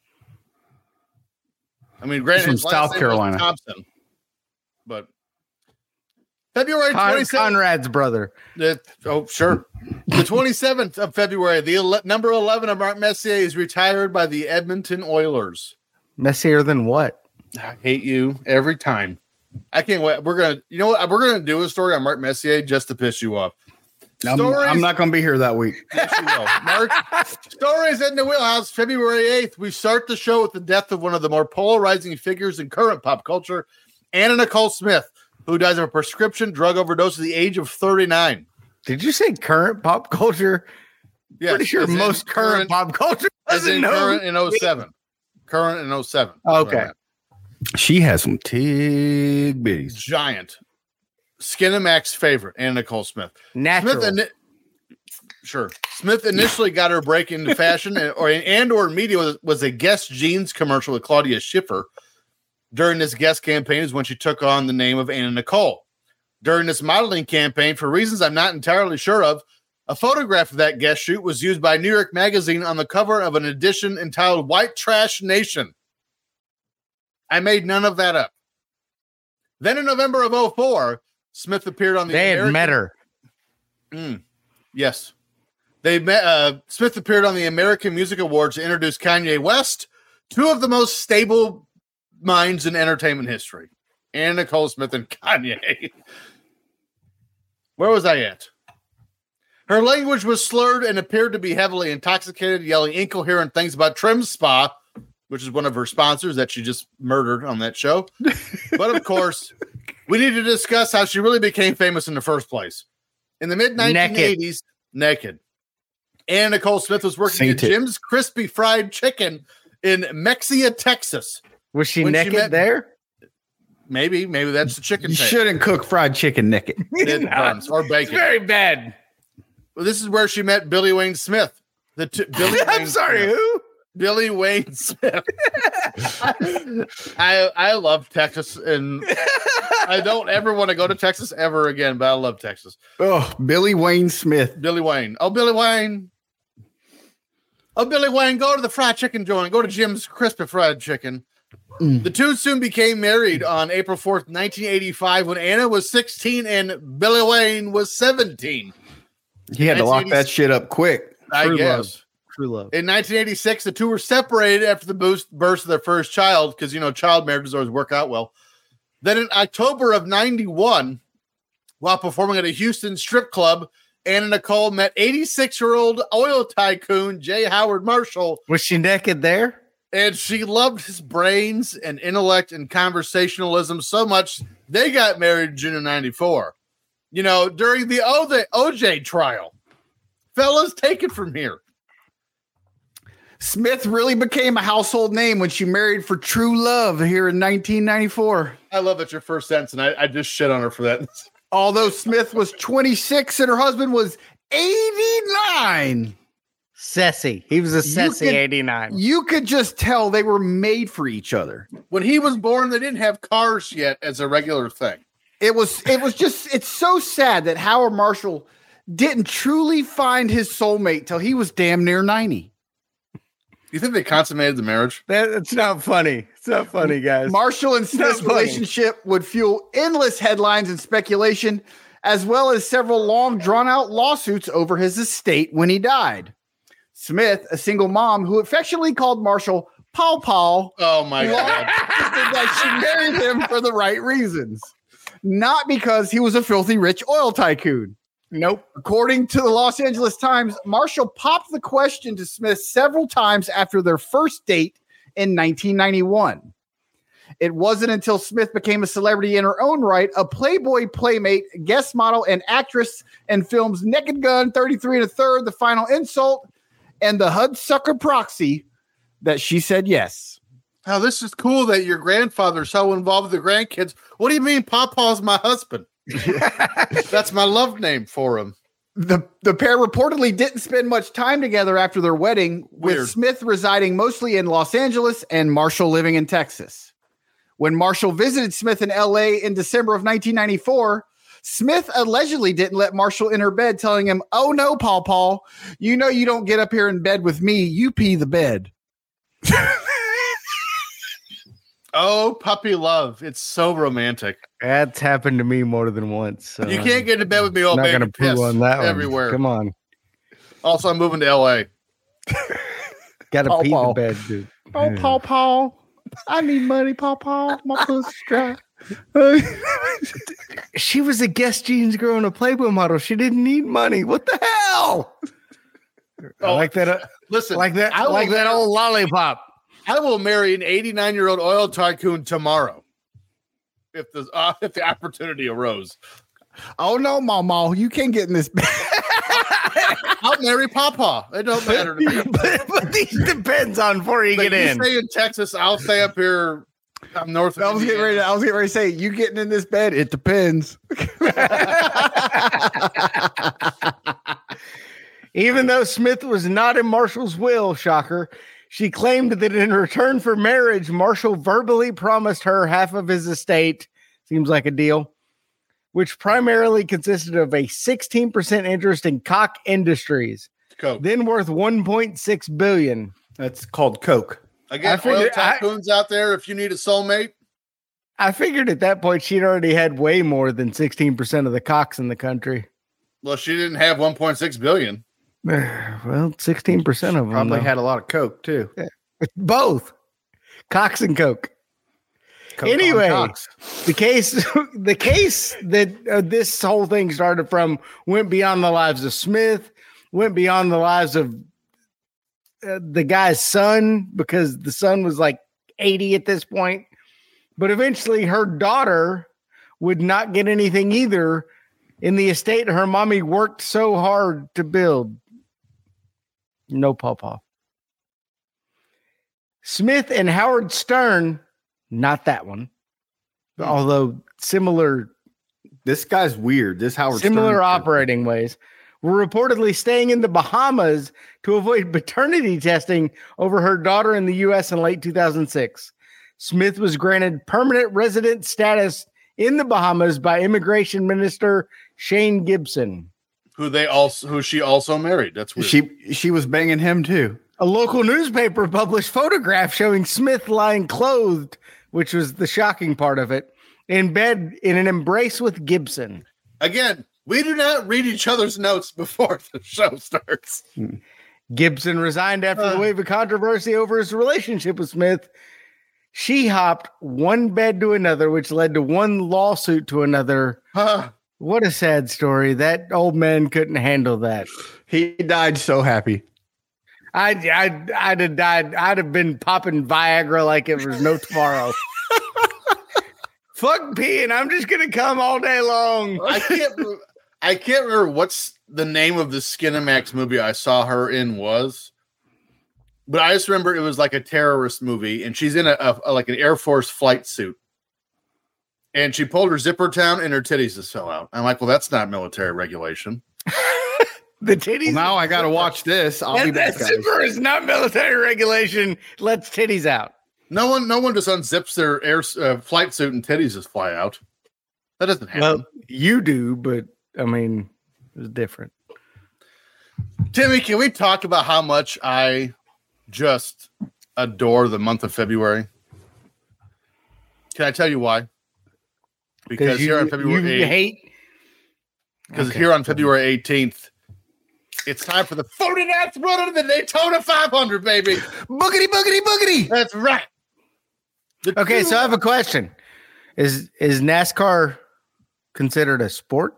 I mean, granted,
from
his last
South
name was
Carolina.
Thompson, but February
Con-
twenty seventh.
Conrad's brother.
oh, sure. The twenty seventh of February, the ele- number eleven of Mark Messier is retired by the Edmonton Oilers.
Messier than what?
I hate you every time. I can't wait. We're gonna, you know what? We're gonna do a story on Mark Messier just to piss you off.
I'm,
Stories-
I'm not going to be here that week.
Yes, you will. Mark, stories in the wheelhouse, February 8th. We start the show with the death of one of the more polarizing figures in current pop culture, Anna Nicole Smith, who dies of a prescription drug overdose at the age of 39.
Did you say current pop culture?
Yes,
Pretty sure
as in
most current, pop culture
as in
doesn't know.
current in 07. Current in 07.
Okay.
She has some tig bitties.
Giant. Skinamax favorite, Anna Nicole Smith.
Natural.
Smith ini- sure. Smith initially got her break into fashion and or and or media was, was a guest jeans commercial with Claudia Schiffer. During this guest campaign is when she took on the name of Anna Nicole. During this modeling campaign, for reasons I'm not entirely sure of, a photograph of that guest shoot was used by New York Magazine on the cover of an edition entitled White Trash Nation. I made none of that up. Then in November of 04, Smith appeared on the
they had
American-
met her.
Mm. Yes. They met, uh, Smith appeared on the American Music Awards to introduce Kanye West, two of the most stable minds in entertainment history, and Nicole Smith and Kanye. Where was I at? Her language was slurred and appeared to be heavily intoxicated, yelling incoherent things about Trim Spa, which is one of her sponsors that she just murdered on that show. but of course, we need to discuss how she really became famous in the first place. In the mid 1980s, naked. Anna Nicole Smith was working
Saint
at
it.
Jim's Crispy Fried Chicken in Mexia, Texas.
Was she
When she
naked
met-
there?
Maybe, maybe that's the chicken
You
thing.
shouldn't cook fried chicken naked.
It burns, or
It's
bacon.
very bad.
Well, this is where she met Billy Wayne Smith. The two Billy.
I'm
Wayne
sorry,
Smith.
who?
Billy Wayne Smith. I I love Texas, and I don't ever want to go to Texas ever again. But I love Texas.
Oh, Billy Wayne Smith.
Billy Wayne. Oh, Billy Wayne. Oh, Billy Wayne, go to the fried chicken joint. Go to Jim's Crispy Fried Chicken.
Mm.
The two soon became married on April 4th, 1985, when Anna was 16 and Billy Wayne was 17.
He had to lock that shit up quick.
I
True
guess.
love. True love.
In 1986, the two were separated after the boost, birth of their first child, because you know child marriages always work out well. Then in October of '91, while performing at a Houston strip club, Anna Nicole met 86-year-old oil tycoon J. Howard Marshall,
Was she naked there?
and she loved his brains and intellect and conversationalism so much they got married in June of '94. You know, during the OJ, OJ trial, fellas, take it from here.
Smith really became a household name when she married for true love here in 1994.
I love that your first sentence, and I, I just shit on her for that.
Although Smith was 26 and her husband was 89.
Sassy. He was a sassy
could-
89.
You could just tell they were made for each other.
when he was born, they didn't have cars yet as a regular thing.
It was it was just it's so sad that Howard Marshall didn't truly find his soulmate till he was damn near 90.
You think they consummated the marriage?
That, it's not funny. It's not funny, guys.
Marshall and Smith's
funny.
relationship would fuel endless headlines and speculation, as well as several long drawn out lawsuits over his estate when he died. Smith, a single mom who affectionately called Marshall Paw Paw,
Oh my god!
insisted that she married him for the right reasons, not because he was a filthy rich oil tycoon.
nope.
According to the Los Angeles Times, Marshall popped the question to Smith several times after their first date in 1991. It wasn't until Smith became a celebrity in her own right, a Playboy playmate, guest model, and actress in films Naked Gun, 33 and a Third, The Final Insult, and The Hudsucker Proxy, that she said yes.
How this is cool that your grandfather's so involved with the grandkids. What do you mean, Papa's my husband? That's my love name for him.
The, the pair reportedly didn't spend much time together after their wedding,
Weird.
with Smith residing mostly in Los Angeles and Marshall living in Texas. When Marshall visited Smith in LA in December of 1994, Smith allegedly didn't let Marshall in her bed, telling him, Oh no, Paul Paul, you know you don't get up here in bed with me. You pee the bed.
Oh, puppy love! It's so romantic.
That's happened to me more than once. So
you can't get to bed with me, old
I'm Uh, not
man.
gonna
Piss
poo on that one.
Oh, everywhere.
Come on.
Also, I'm moving to L.A.
Gotta
Paw
pee
paw.
the bed, dude.
Oh,
Yeah.
Paul Paul, I need money, Paul Paul. My pussy's dry.
She was a guest jeans girl and a Playboy model. She didn't need money. What the hell? I
Oh.
like that. uh,
Listen,
like that.
I will
like that
never-
old lollipop.
I will marry an 89 year old oil tycoon tomorrow if the uh, if the opportunity arose.
Oh no, Mama, you can't get in this bed.
I'll marry Papa. It don't matter to me.
but, but these depends on before you
Like,
get
you
in.
stay in Texas. I'll stay up here. I'm north. Of
I was getting ready. To, I was getting ready to say, "You getting in this bed? It depends."
Even though Smith was not in Marshall's will, shocker, she claimed that in return for marriage, Marshall verbally promised her half of his estate. Seems like a deal, which primarily consisted of a 16% interest in Cock Industries,
Coke.
then worth 1.6 billion.
That's called Coke.
Again,
I figured-
oil
I-
tycoons out there. If you need a soulmate,
I figured at that point she'd already had way more than 16% of the cocks in the country.
well, she didn't have 1.6 billion.
Well, 16% of them.
Probably
though.
had a lot of coke too.
both Cox and Coke.
Coke on
Anyway.
Cox.
The case, the case that uh, this whole thing started from went beyond the lives of Smith, went beyond the lives of uh, the guy's son because the son was like 80 at this point. But eventually, her daughter would not get anything either in the estate her mommy worked so hard to build. No pawpaw. Smith and Howard Stern, not that one,
Hmm.
although similar
this guy's weird. This Howard
similar
Stern-
operating ways were reportedly staying in the Bahamas to avoid paternity testing over her daughter in the U.S. in late 2006. Smith was granted permanent resident status in the Bahamas by Immigration Minister Shane Gibson,
Who they also who she also married. That's weird.
She she was banging him too.
A local newspaper published photograph showing Smith lying clothed, which was the shocking part of it, in bed in an embrace with Gibson.
Again, we do not read each other's notes before the show starts.
Gibson resigned after the
Ugh.
wave of controversy over his relationship with Smith. She hopped one bed to another, which led to one lawsuit to another.
Huh.
What a sad story. That old man couldn't handle that.
He died so happy.
I, I, I'd have died. I'd have been popping Viagra like it was no tomorrow. Fuck peeing. I'm just going to come all day long.
I can't. re- I can't remember what's the name of the Skinamax movie I saw her in was, but I just remember it was like a terrorist movie, and she's in a, a- a- like an Air Force flight suit, and she pulled her zipper down, and her titties just fell out. I'm like, well, that's not military regulation.
The titties.
Well, now I gotta watch this. I'll be
that,
back,
that
guys.
super is not military regulation. Let's titties out.
No one, no one just unzips their air s- uh, flight suit and titties just fly out. That doesn't happen.
Well, you do, but I mean, it was different.
Timmy, can we talk about how much I just adore the month of February? Can I tell you why? Because
you,
here on
you
February eight-
hate.
because
okay.
here on February eighteenth, it's time for the 49th run of the Daytona 500, baby.
Boogity boogity boogity.
That's right. The
Okay,
two-
so I have a question: Is is NASCAR considered a sport?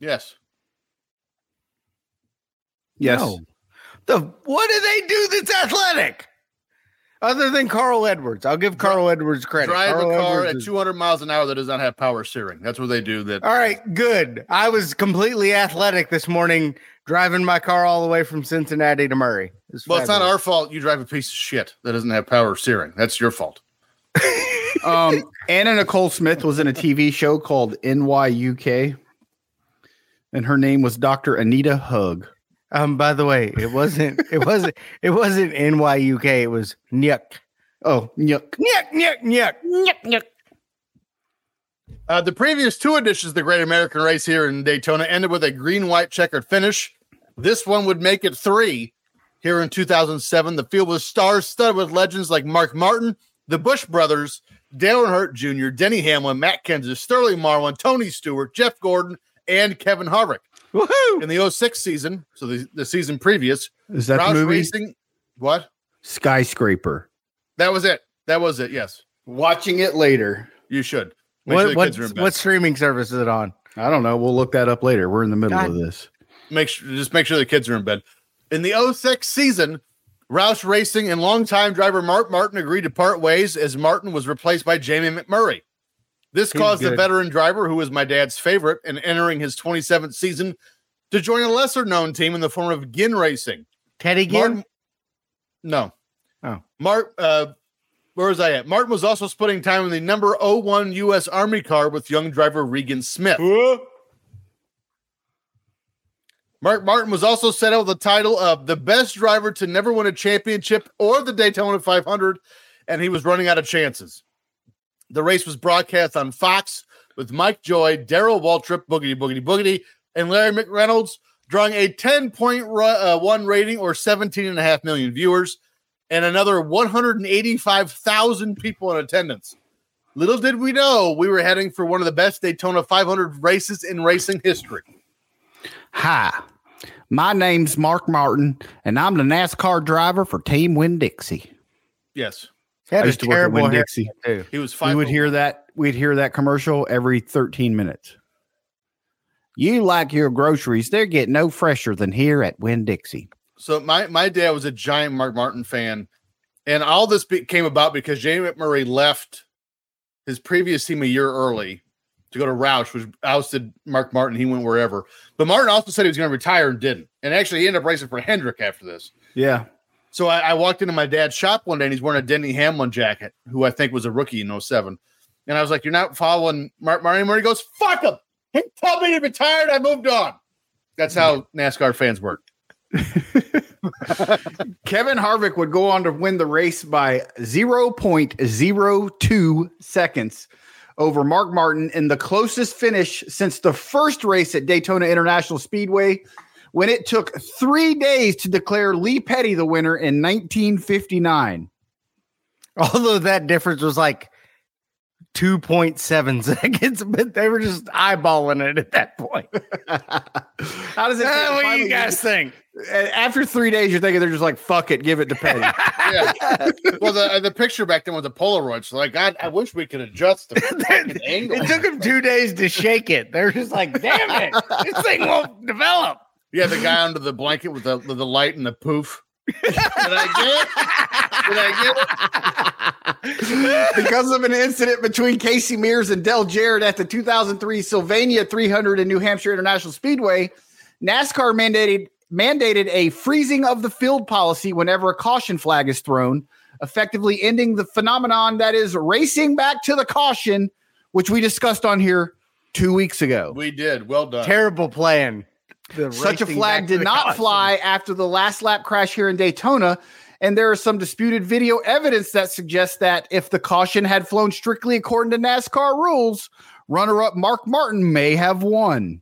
yes.
Yes.
No. The what do they do that's athletic? Other than Carl Edwards, I'll give Carl Edwards credit.
Drive
Carl
a car
Edwards
at
is-
200 miles an hour that does not have power steering. That's what they do. That
All right, good. I was completely athletic this morning, driving my car all the way from Cincinnati to Murray. It's
well, it's not
fabulous.
our fault. You drive a piece of shit that doesn't have power steering. That's your fault.
Um, Anna Nicole Smith was in a TV show called NYUK, and her name was Dr. Anita Hug.
Um, by the way, it wasn't it wasn't it wasn't NYUK, it was Nyuk.
Oh, yuck.
Nyuk, nyuk, nyuk.
Uh, the previous two editions of the Great American Race here in Daytona ended with a green white checkered finish. This one would make it three here in 2007. The field was star studded with legends like Mark Martin, the Bush brothers, Dale Earnhardt Jr., Denny Hamlin, Matt Kenseth, Sterling Marlin, Tony Stewart, Jeff Gordon, and Kevin Harvick.
Woohoo!
In the 06 season, so the, the season previous,
Is that
Roush
the movie?
Racing. What?
Skyscraper.
That was it. That was it. Yes,
Watching it later.
you should. Make sure
What,
the
what,
kids are in bed.
what streaming service is it on?
I don't know. We'll look that up later. We're in the middle
God.
of this.
make sure just make sure the kids are in bed. In the 06 season, Roush Racing and longtime driver Mark Martin agreed to part ways as Martin was replaced by Jamie McMurray. This
He's
caused the
good.
veteran driver, who was my dad's favorite and entering his 27th season, to join a lesser known team in the form of Ginn Racing.
Teddy Ginn?
Martin- no.
Oh.
Mark, uh, where was I at? Martin was also splitting time in the number 01 U.S. Army car with young driver Regan Smith. Mark Martin was also settled the title of the best driver to never win a championship or the Daytona 500, and he was running out of chances. The race was broadcast on Fox with Mike Joy, Daryl Waltrip, Boogity Boogity Boogity, and Larry McReynolds, drawing a 10.1 rating or 17.5 million viewers and another 185,000 people in attendance. Little did we know we were heading for one of the best Daytona 500 races in racing history.
Ha. My name's Mark Martin, and I'm the NASCAR driver for Team Win Dixie.
Yes,
He had
I
a
used to work at
terrible
Win
hair
Dixie.
too.
he was five. oh
We would
for
hear that. We'd hear that commercial every 13 minutes. You like your groceries? They're getting no fresher than here at Win Dixie.
So my my dad was a giant Mark Martin fan, and all this be- came about because Jamie McMurray left his previous team a year early to go to Roush, which ousted Mark Martin. He went wherever, but Martin also said he was going to retire and didn't. And actually, he ended up racing for Hendrick after this.
Yeah,
So I, I walked into my dad's shop one day and he's wearing a Denny Hamlin jacket, who I think was a rookie in 07. And I was like, You're not following Mark Martin anymore? He goes, Fuck him. He told me he retired. I moved on. That's how NASCAR fans work.
Kevin Harvick would go on to win the race by 0.02 seconds over Mark Martin in the closest finish since the first race at Daytona International Speedway when it took three days to declare Lee Petty the winner in 1959.
Although that difference was like 2.7 seconds, but they were just eyeballing it at that point.
How does it?
Uh,
feel to
what do
finally
you guys think?
get- After three days, you're thinking they're just like, fuck it, give it to Petty.
Yeah. well, the the picture back then was a Polaroid. So like, God, I wish we could adjust the fucking angle.
It took them two days to shake it. They're just like, damn it, this thing won't develop.
Yeah, the guy under the blanket with the with the light and the poof. Did I get it? Did I get it?
because of an incident between Casey Mears and Del Jarrett at the 2003 Sylvania 300 in New Hampshire International Speedway, NASCAR mandated mandated a freezing of the field policy whenever a caution flag is thrown, effectively ending the phenomenon that is racing back to the caution, which we discussed on here two weeks ago.
We did. Well done.
Terrible plan. The
Such a
racing
flag
back
did
to
not
Austin.
fly after the last lap crash here in Daytona. And there is some disputed video evidence that suggests that if the caution had flown strictly according to NASCAR rules, runner up Mark Martin may have won.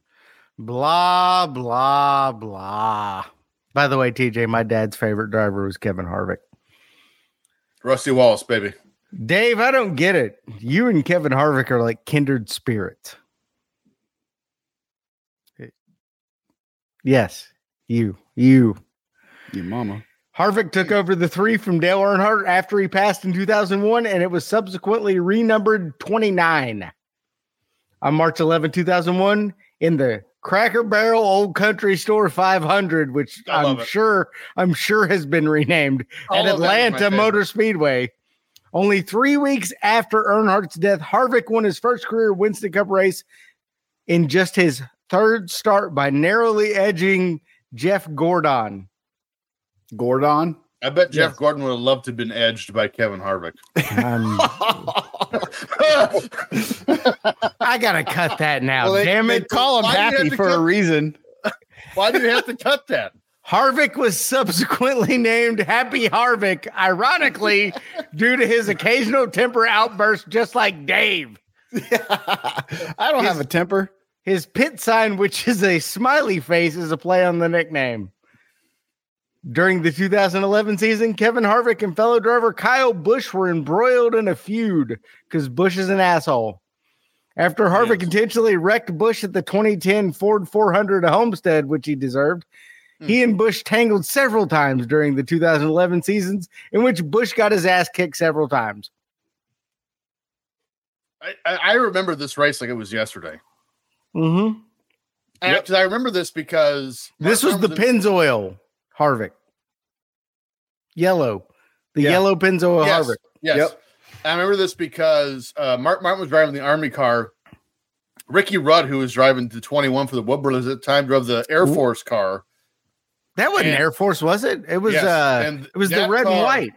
Blah, blah, blah. By the way, TJ, my dad's favorite driver was Kevin Harvick.
Rusty Wallace, baby.
Dave, I don't get it. You and Kevin Harvick are like kindred spirits. Yes, you, you.
Your mama.
Harvick took over the three from Dale Earnhardt after he passed in 2001, and it was subsequently renumbered 29 on March 11, 2001, in the Cracker Barrel Old Country Store 500, which
I love
I'm
it.
sure I'm sure has been renamed
All of
at
that is my
Atlanta
favorite.
Motor Speedway. Only three weeks after Earnhardt's death, Harvick won his first career Winston Cup race in just his third start by narrowly edging Jeff Gordon.
Gordon.
I bet Jeff
Yes.
Gordon would have loved to have been edged by Kevin Harvick.
Um, I gotta cut that now.
Well, they-
Damn
they
it.
call him
Why do you
happy
have to
for a
cut-
reason.
Why do you have to cut that?
Harvick was subsequently named Happy Harvick, ironically, due to his occasional temper outburst, just like Dave.
I don't have a temper.
His pit sign, which is a smiley face, is a play on the nickname. During the 2011 season, Kevin Harvick and fellow driver Kyle Busch were embroiled in a feud because Busch is an asshole. After Harvick intentionally wrecked Busch at the 2010 Ford 400 at Homestead, which he deserved, he and Busch tangled several times during the 2011 seasons, in which Busch got his ass kicked several times.
I, I I remember this race like it was yesterday.
Mm-hmm.
And I, 'cause I remember this because
This was the
pin.
Pennzoil Harvick. Yellow. The
Yeah.
yellow Pennzoil
Yes.
Harvick.
Yes.
Yep.
I remember this because uh, Mark Martin was driving the Army car. Ricky Rudd, who was driving the 21 for the Woodburns at the time, drove the Air
Ooh.
Force car.
That wasn't
And-
Air Force, was it? It was
Yes,
uh
and
it was the
that
red and
car-
white.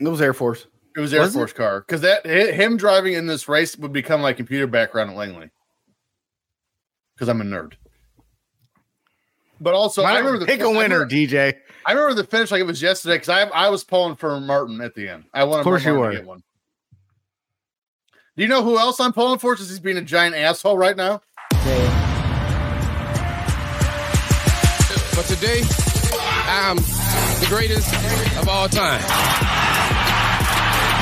It was Air Force.
It was Air
Was it?
Force car because that hi- him driving in this race would become my computer background at Langley because I'm a nerd. But also, I remember the
pick a
I
winner,
remember-
DJ.
I remember the finish like it was yesterday because I I was pulling for Martin at the end. I wanted
Of course
Martin
you
to
were.
get one. Do you know who else I'm pulling for since he's being a giant asshole right now?
But today, I'm the greatest of all time.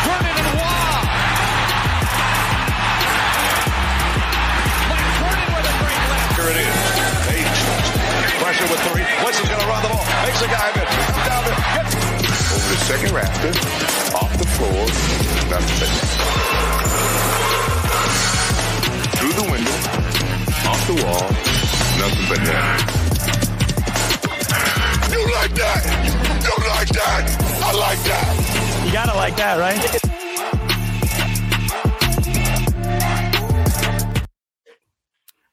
Vernon and Waugh. Mike Vernon with a great left.
Here it is. Eight. Question pressure with three. Winston's going to run the ball. Makes a guy miss. Down there. Hit. Over the second rafter. Off the floor. Nothing but net. Through the window. Off the wall. Nothing but net. You like that? You like that? I like that.
You gotta like that, right?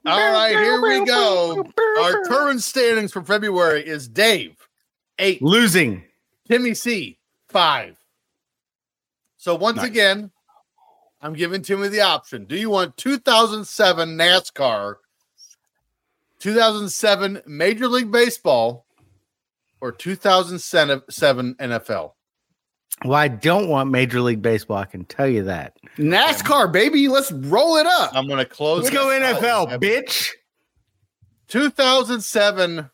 All right, here we go. Our current standings for February is Dave, eight.
Losing.
Timmy C, five. So once again, I'm giving Timmy the option. Do you want 2007 NASCAR, 2007 Major League Baseball, or 2007 NFL?
Well, I don't want Major League Baseball. I can tell you that.
NASCAR, baby. Let's roll it up.
I'm going to close.
Let's go
this out.
NFL, bitch.
2007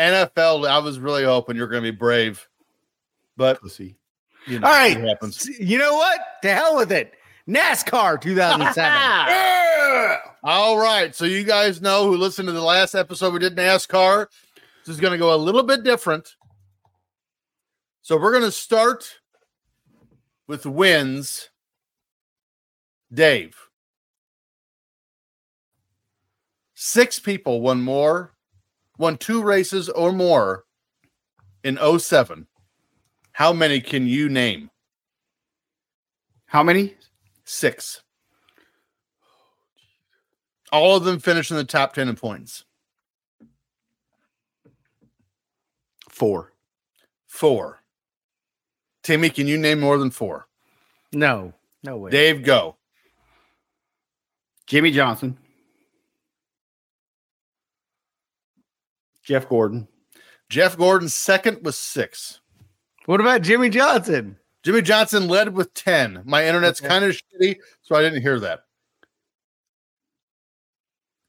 NFL. I was really hoping you're going to be brave, but
Pussy.
you know,
All right.
it happens.
You know what? To hell with it. NASCAR 2007.
All right. So you guys know who listened to the last episode we did NASCAR. This is going to go a little bit different. So we're going to start with wins. Dave. Six people won more, won two races or more in 07. How many can you name?
How many?
Six. All of them finished in the top 10 in points.
Four.
four. Timmy, can you name more than four?
no, no way.
Dave, go.
Jimmy Johnson. Jeff Gordon.
Jeff Gordon second with six.
What about Jimmy Johnson?
Jimmy Johnson led with 10. My internet's kind of shitty, so I didn't hear that.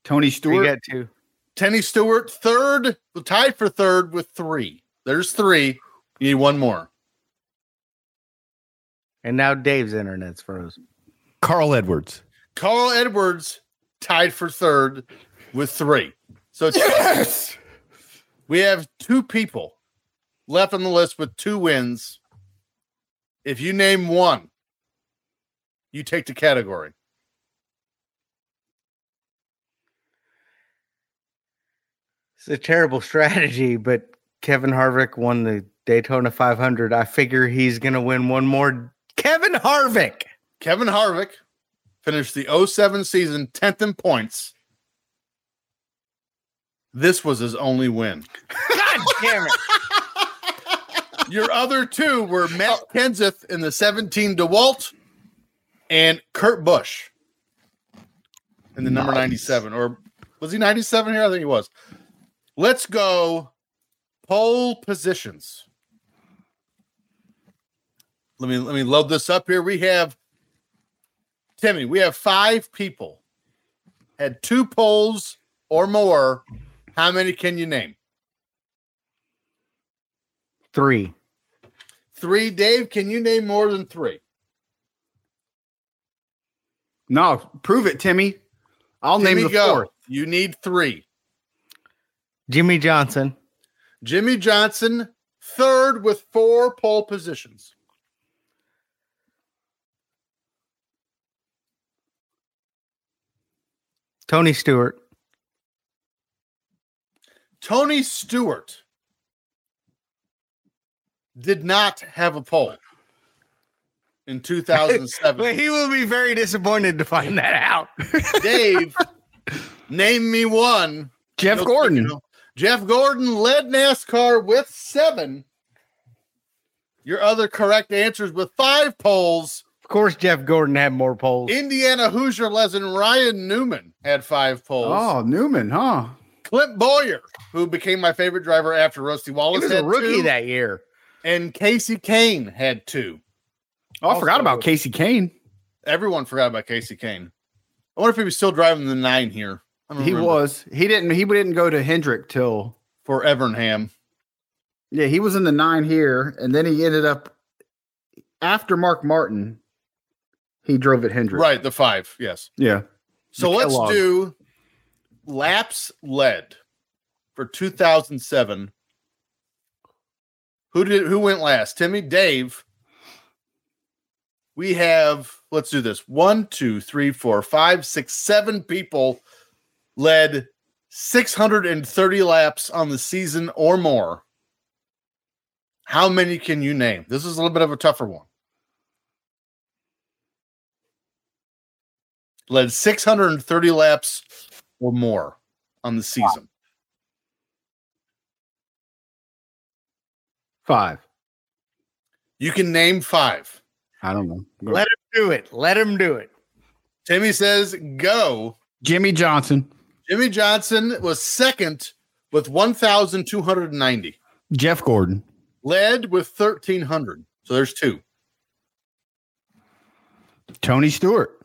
Tony
We
Stewart.
got two.
Tenny Stewart third, tied for third with three. There's three. You need one more.
And now Dave's internet's froze.
Carl Edwards.
Carl Edwards tied for third with three. So it's yes! we have two people left on the list with two wins. If you name one, you take the category.
It's a terrible strategy, but Kevin Harvick won the Daytona 500. I figure he's going to win one more. Kevin Harvick.
Kevin Harvick finished the 07 season 10th in points. This was his only win.
God damn it.
Your other two were Matt
Oh.
Kenseth in the 17 DeWalt and Kurt Busch in the number 97. Or was he 97 here? I think he was. Let's go pole positions. Let me let me load this up here. We have Timmy, we have five people had two poles or more. How many can you name?
Three.
Three. Dave, can you name more than three?
No, prove it, Timmy. I'll
Timmy,
name the
go.
fourth.
You need three.
Jimmy Johnson.
Jimmy Johnson, third with four pole positions.
Tony Stewart.
Tony Stewart did not have a pole in 2007.
he will be very disappointed to find that out.
Dave, name me one.
Jeff
You'll-
Gordon.
Jeff Gordon led NASCAR with seven. Your other correct answers with five poles.
Of course, Jeff Gordon had more polls.
Indiana Hoosier legend Ryan Newman had five poles.
Oh, Newman, huh?
Clint Boyer, who became my favorite driver after Rusty
he
Wallace,
was a
had
rookie
two,
that year.
and Casey Kane had two.
Oh, I forgot about Casey Kane.
Everyone forgot about Casey Kane. I wonder if he was still driving the nine here. I don't
He
remember.
was. He didn't. He didn't go to Hendrick till.
for Evernham.
Yeah, he was in the nine here, and then he ended up after Mark Martin. He drove at Hendrick.
Right, the five. Yes.
Yeah.
So let's
Kellogg.
do laps led. for 2007. Who did who went last? Timmy, Dave. We have let's do this. One, two, three, four, five, six, seven people led 630 laps on the season or more. How many can you name? This is a little bit of a tougher one. Led 630 laps or more on the season.
Five.
You can name five.
I don't know.
Let him do it. Let him do it.
Timmy says go.
Jimmy Johnson,
Jimmy Johnson was second with 1,290,
Jeff Gordon,
led with 1,300. So there's two.
Tony Stewart,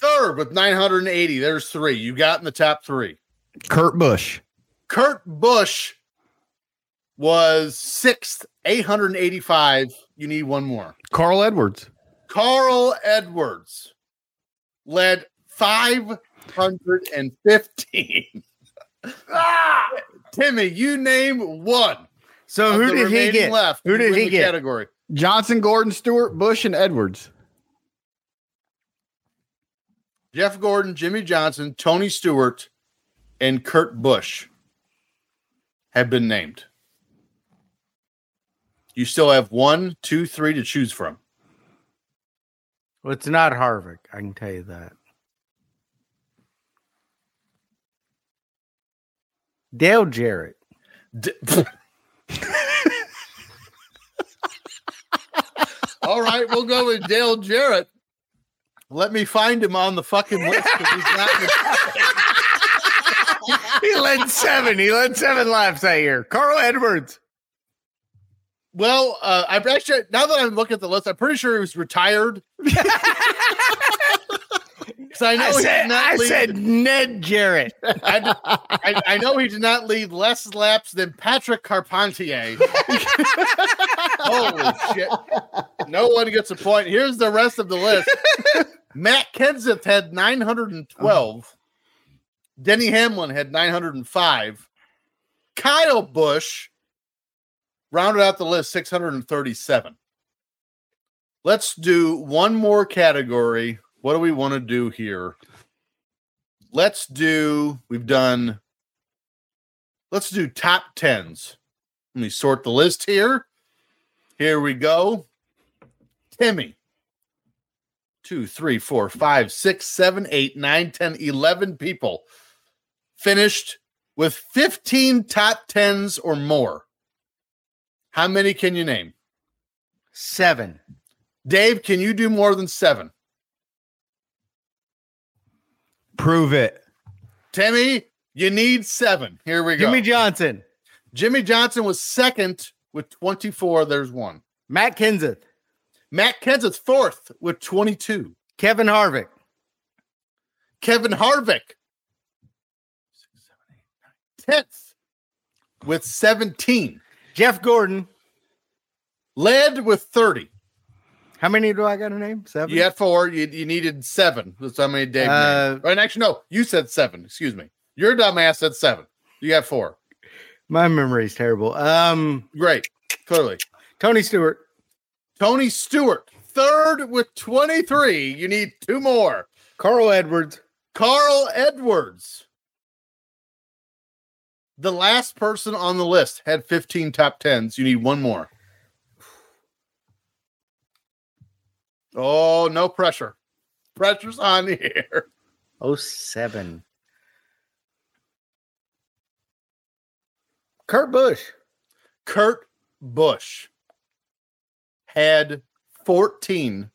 Third with 980. There's three. You got in the top three.
Kurt Busch,
Kurt Busch was sixth, 885. You need one more.
Carl Edwards,
Carl Edwards led 515. ah! Timmy, you name one.
So
of
who
the
did he
remaining
get?
Left
Who did
in
he
the
get?
Category.
Johnson, Gordon, Stewart, Bush, and Edwards.
Jeff Gordon, Jimmy Johnson, Tony Stewart, and Kurt Busch have been named. You still have one, two, three to choose from.
Well, it's not Harvick. I can tell you that. Dale Jarrett.
D- All right, we'll go with Dale Jarrett. Let me find him on the fucking list. 'cause He's not in the-
He led seven. He led seven laps that year. Carl Edwards.
well, uh, I'm actually now that I'm looking at the list, I'm pretty sure he was retired. 'Cause I know
I
he did
said,
not
Oh, I
lead-
said Ned Jarrett.
I, d- I- I know he did not lead less laps than Patrick Carpentier. Holy shit. No one gets a point. Here's the rest of the list Matt Kenseth had 912. Denny Hamlin had 905. Kyle Bush rounded out the list 637. Let's do one more category. What do we want to do here? let's do we've done let's do top tens let me sort the list here here we go timmy two three four five six seven eight nine ten eleven people finished with 15 top tens or more how many can you name
Seven.
dave can you do more than seven
Prove it.
timmy you need seven here we go
Jimmy Johnson.
Jimmy Johnson was second with 24. There's one.
Matt Kenseth.
Matt Kenseth fourth with 22.
Kevin Harvick.
Kevin Harvick 10th with 17.
Jeff Gordon.
Led with 30.
How many do I got to name? Seven?
You had four. You, you needed seven. That's how many Dave.
Uh,
named. Right, actually, no, you said seven. Excuse me. Your dumbass said seven. You got four.
My memory is terrible. Um,
Great. Clearly.
Tony Stewart.
Tony Stewart, third with 23. You need two more.
Carl Edwards.
Carl Edwards, the last person on the list, had 15 top tens. You need one more. Oh, no pressure. Pressure's on here.
Oh seven. Kurt Busch.
Kurt Busch had 14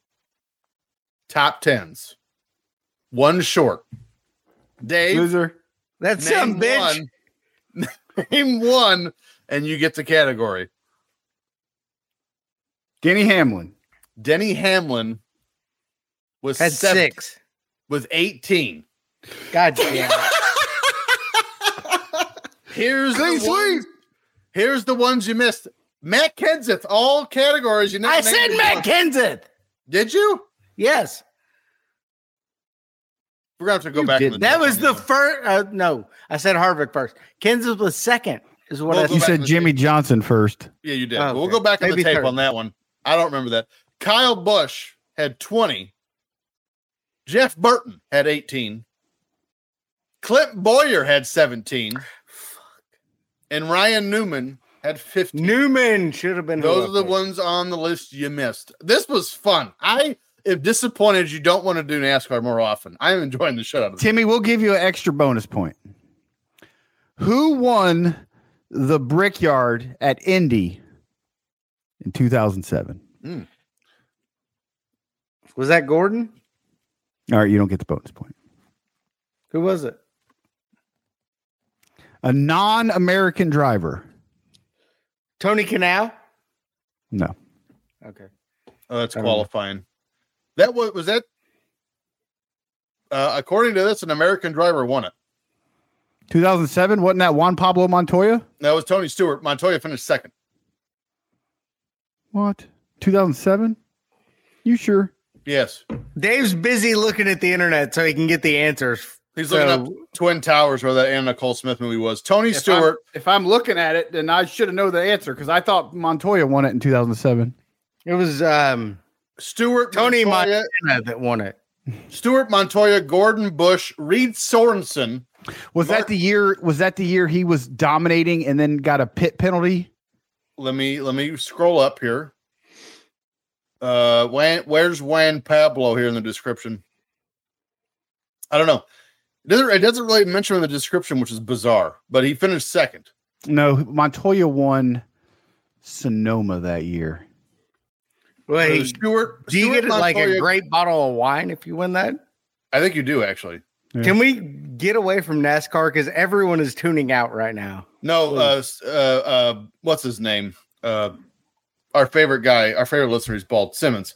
top tens, one short. Dave,
Loser.
That's some bitch.
one. name one, and you get the category.
Denny Hamlin.
Denny Hamlin was
Had
seventh
six.
with 18.
God damn. it.
Here's the ones, here's the ones you missed. Matt Kenseth, all categories. You know,
I said Matt Kenseth.
Did you?
Yes.
We're gonna have to go
You
back.
didn't.
That was the first. Uh, no, I said Harvick first. Kansas was second, is what
Well,
I
go
You
back
said.
to
said
the
Jimmy
tape.
Johnson first.
Yeah, you did.
Oh,
But We'll
okay.
go back on the
Maybe
tape
third.
on that one. I don't remember that. Kyle Bush had 20. Jeff Burton had 18. Clint Boyer had 17.
Ah,
And Ryan Newman had 15.
Newman should have been.
Those
up
are the
there.
ones on the list you missed. This was fun. I am disappointed you don't want to do NASCAR more often. I am enjoying the shit out of it.
Timmy, we'll give you an extra bonus point. Who won the Brickyard at Indy in 2007?
Was that Gordon?
All right, you don't get the bonus point.
Who was it?
A non-American driver.
Tony Canal.
No.
Okay.
Oh, that's
I don't know.
qualifying. That was was that uh, according to this, an American driver won it.
2007 wasn't that Juan Pablo Montoya?
That was Tony Stewart. Montoya finished second.
What? 2007? You sure?
Yes.
Dave's busy looking at the internet so he can get the answers.
He's looking
So-
up Twin Towers where that Anna Nicole Smith movie was. Tony
If
Stewart.
I'm, if I'm looking at it, then I should have known the answer because I thought Montoya won it in 2007.
It was um
Stewart
Tony
Montoya,
Montana that won it.
Stewart Montoya, Gordon Bush, Reed Sorensen.
Was
Mark-
that the year? Was that the year he was dominating and then got a pit penalty?
Let me let me scroll up here. Uh Juan, where's Juan Pablo here in the description? I don't know. It doesn't, it doesn't really mention in the description, which is bizarre, but he finished second.
No, Montoya won Sonoma that year.
Well,
So
he-
Stewart,
do you
Stewart
get like a
Montoya-
great bottle of wine if you win that?
I think you do actually.
Yeah.
Can we get away from NASCAR because everyone is tuning out right now?
No, uh, s- uh, uh, what's his name? Uh, our favorite guy, our favorite listener is Bald Simmons.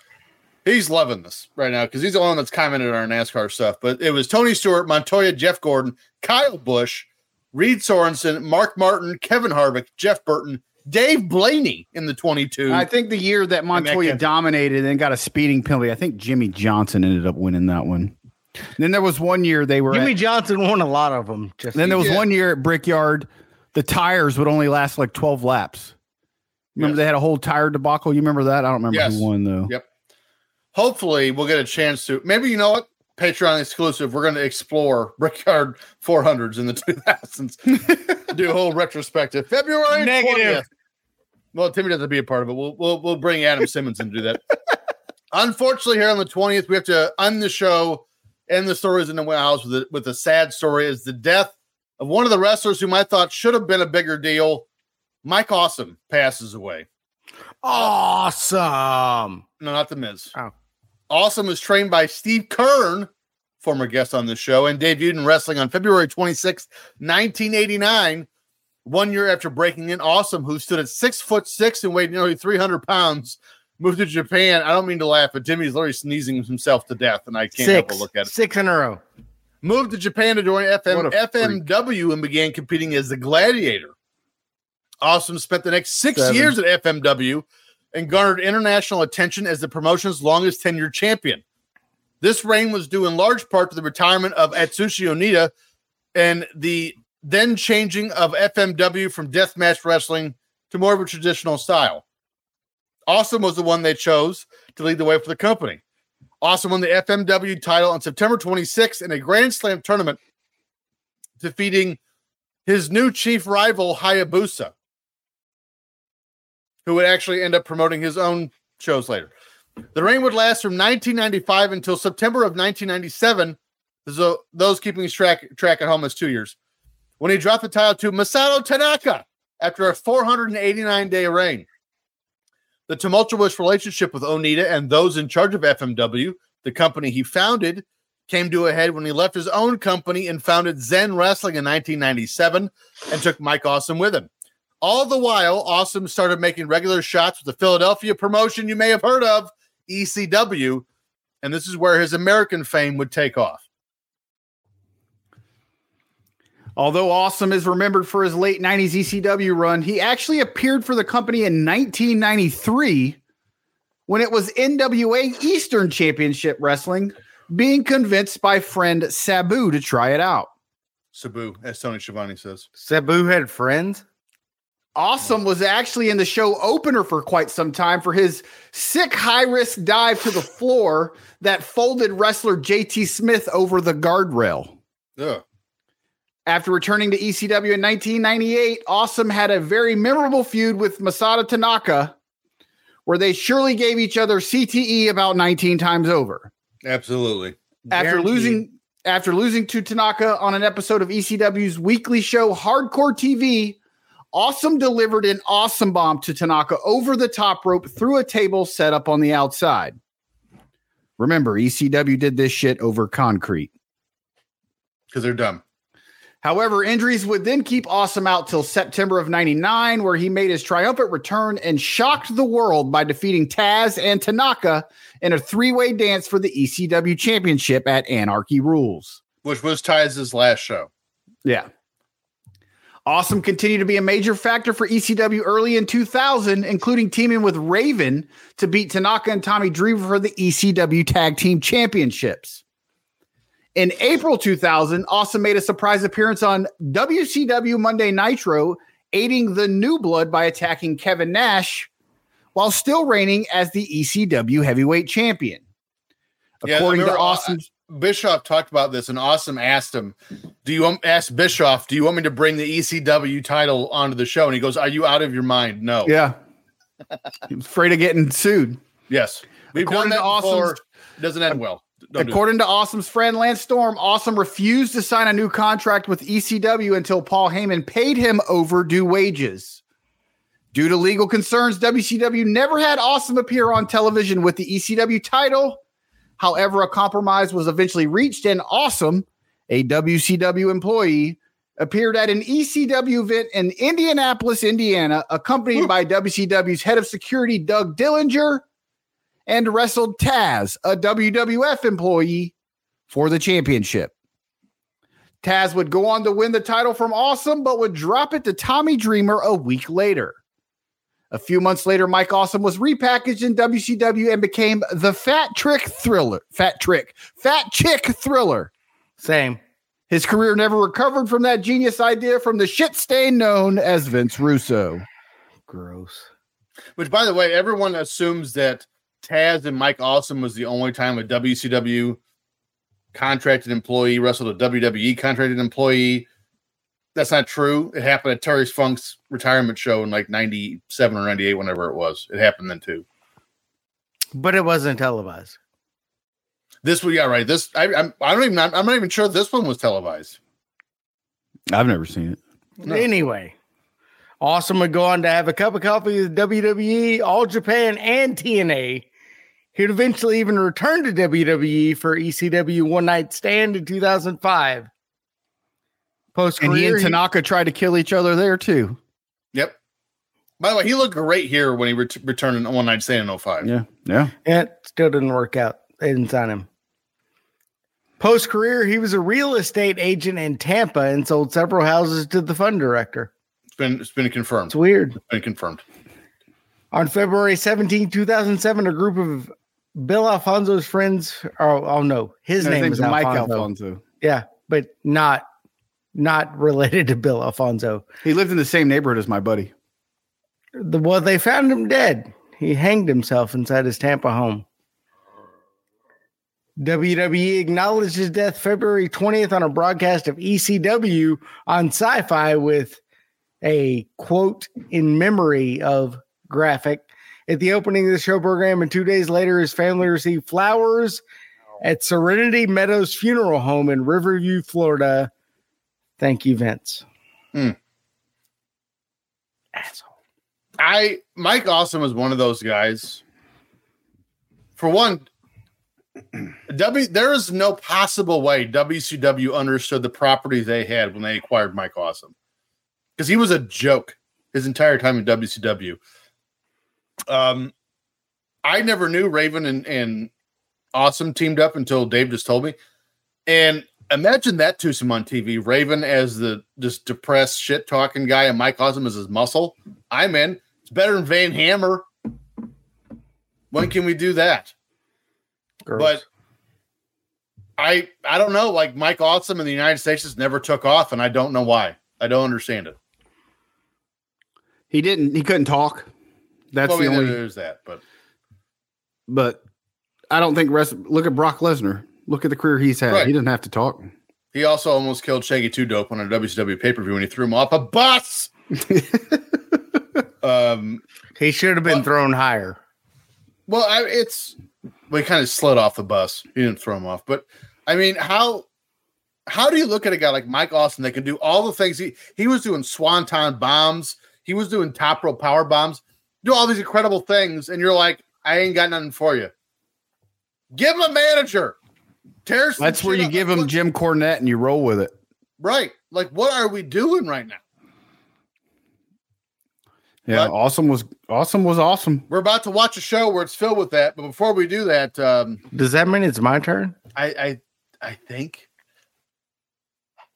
He's loving this right now because he's the only one that's commented on our NASCAR stuff. But it was Tony Stewart, Montoya, Jeff Gordon, Kyle Bush, Reed Sorensen, Mark Martin, Kevin Harvick, Jeff Burton, Dave Blaney in the 22.
I think the year that Montoya
Kevin.
dominated and then got a speeding penalty. I think Jimmy Johnson ended up winning that one. And then there was one year they were. at-
Jimmy Johnson won a lot of them. Just
then there was
Yeah.
one year at Brickyard, the tires would only last like 12 laps. Remember
Yes.
they had a whole tire debacle. You remember that? I don't remember
Yes.
who won though.
Yep. Hopefully, we'll get a chance to maybe you know what Patreon exclusive. We're going to explore Brickyard 400s in the 2000s, do a whole retrospective. February
Negative.
20th. Well, Timmy doesn't be a part of it. We'll we'll, we'll bring Adam Simmons in to do that. Unfortunately, here on the 20th, we have to end the show. End the stories in the warehouse with a, with a sad story is the death of one of the wrestlers whom I thought should have been a bigger deal. Mike Awesome passes away.
awesome.
No, not the Miz.
Oh.
Awesome was trained by Steve Kern, former guest on this show, and debuted in wrestling on February 26, 1989. One year after breaking in, Awesome, who stood at six foot six and weighed nearly 300 pounds, moved to Japan. I don't mean to laugh, but Jimmy's literally sneezing himself to death, and I can't help
Six,
but look at it.
six in a row.
Moved to Japan to join FM,
What a
FMW and began competing as the Gladiator. Awesome spent the next six
Seven.
years at FMW and garnered international attention as the promotion's longest tenured champion. This reign was due in large part to the retirement of Atsushi Onita and the then changing of FMW from deathmatch wrestling to more of a traditional style. Awesome was the one they chose to lead the way for the company. Awesome won the FMW title on September 26th in a Grand Slam tournament, defeating his new chief rival, Hayabusa who would actually end up promoting his own shows later. The reign would last from 1995 until September of 1997. So those keeping track track at home is two years when he dropped the title to Masato Tanaka after a 489 day reign. The tumultuous relationship with Onita and those in charge of FMW, the company he founded, came to a head when he left his own company and founded Zen Wrestling in 1997 and took Mike Awesome with him. All the while, Awesome started making regular shots with the Philadelphia promotion you may have heard of, ECW, and this is where his American fame would take off.
Although Awesome is remembered for his late 90s ECW run, he actually appeared for the company in 1993 when it was NWA Eastern Championship Wrestling, being convinced by friend Sabu to try it out.
Sabu, as Tony Schiavone says.
Sabu had friends.
Awesome was actually in the show opener for quite some time for his sick high risk dive to the floor that folded wrestler JT Smith over the guardrail.
Ugh.
After returning to ECW in 1998, Awesome had a very memorable feud with Masada Tanaka, where they surely gave each other CTE about 19 times over.
Absolutely.
After
Guaranteed.
losing after losing to Tanaka on an episode of ECW's weekly show Hardcore TV, Awesome delivered an awesome bomb to Tanaka over the top rope through a table set up on the outside. Remember, ECW did this shit over concrete.
Because they're dumb.
However, injuries would then keep Awesome out till September of 99, where he made his triumphant return and shocked the world by defeating Taz and Tanaka in a three way dance for the ECW championship at Anarchy Rules.
Which was Taz's last show.
Yeah. Awesome continued to be a major factor for ECW early in 2000, including teaming with Raven to beat Tanaka and Tommy Dreamer for the ECW Tag Team Championships. In April 2000, Awesome made a surprise appearance on WCW Monday Nitro, aiding the New Blood by attacking Kevin Nash while still reigning as the ECW Heavyweight Champion.
Yeah, I
According to
remember- uh,
Awesome's
Bischoff talked about this, and Awesome asked him, "Do you want, ask Bischoff? Do you want me to bring the ECW title onto the show?" And he goes, "Are you out of your mind? No.
Yeah. he was afraid of getting sued.
Yes. We've
According
done that
to Awesome's-
before. Doesn't end well. Don't do it.
According to Awesome's friend Lance Storm, Awesome refused to sign a new contract with ECW until Paul Heyman paid him overdue wages. Due to legal concerns, WCW never had Awesome appear on television with the ECW title. However, a compromise was eventually reached, and Awesome, a WCW employee, appeared at an ECW event in Indianapolis, Indiana, accompanied by WCW's head of security, Doug Dillinger and wrestled Taz, a WWF employee, for the championship. Taz would go on to win the title from Awesome, but would drop it to Tommy Dreamer a week later. A few months later, Mike Awesome was repackaged in WCW and became the Fat Trick Thriller. Fat Trick. Fat Chick Thriller.
Same.
His career never recovered from that genius idea from the shit stain known as Vince Russo.
Gross.
Which, by the way, everyone assumes that Taz and Mike Awesome was the only time a WCW contracted employee wrestled a WWE contracted employee. That's not true. It happened at Terry Funk's retirement show in like 97 or 98, whenever it was. It happened then too.
But it wasn't televised.
This one, yeah, right. This, I, I'm, I don't even, I'm, I'm not even sure this one was televised.
I've never seen it.
Anyway, Awesome would go on to have a cup of coffee with WWE, All Japan, and TNA. He'd eventually even return to WWE for ECW One Night Stand in 2005. Post
And he
career,
and Tanaka tried to kill each other there too.
Yep. By the way, he looked great here when he ret- returned in one night stand in 05.
Yeah. Yeah.
it Eh, still didn't work out. They didn't sign him. Post career, he was a real estate agent in Tampa and sold several houses to the fund director.
It's been, it's been confirmed.
It's weird.
It's been confirmed.
On February 17, 2007, a group of Bill Alfonso's friends, oh, oh no, his name is Mike Alfonso. Yeah, but not not related to Bill Alfonso.
He lived in the same neighborhood as my buddy.
The, well, they found him dead. He hanged himself inside his Tampa home. WWE acknowledged his death February 20th on a broadcast of ECW on sci fi with a quote in memory of graphic. At the opening of the show program, and two days later, his family received flowers at Serenity Meadows Funeral Home in Riverview, Florida. Thank you, Vince.
Hmm.
Asshole.
I Mike Awesome is one of those guys. For one, W there is no possible way WCW understood the property they had when they acquired Mike Awesome. Because he was a joke his entire time in WCW. Um I never knew Raven and, and Awesome teamed up until Dave just told me. And imagine that twosome on TV. Raven as the just depressed shit talking guy and Mike Awesome as his muscle. I'm in. It's better than Van Hammer. When can we do that?
Gross.
But I I don't know. Like Mike Awesome in the United States just never took off, and I don't know why. I don't understand it.
He didn't. He couldn't talk. That's
well, uh,
the
we knew
only.
there was that, but
But I don't think rest. Look at Brock Lesnar. Look at the career he's had.
Right.
He doesn't have to talk.
he also almost killed Shaggy Two Dope on a WCW pay per view when he threw him off a bus. um.
He should have been thrown higher.
Well, I, it's we kind of slid off the bus. He didn't throw him off, but I mean, how how do you look at a guy like Mike Austin that can do all the things he he was doing? Swanton bombs. He was doing top rope power bombs. Do all these incredible things, and you're like, I ain't got nothing for you. Give him a manager. Tear some
That's where
shit
you
up.
give him
Look-
Jim Cornette and you roll with it.
right. Like, what are we doing right now?
Yeah,
But-
awesome was awesome was awesome.
We're about to watch a show where it's filled with that. But before we do that, um,
Does that mean it's my turn?
I I I think.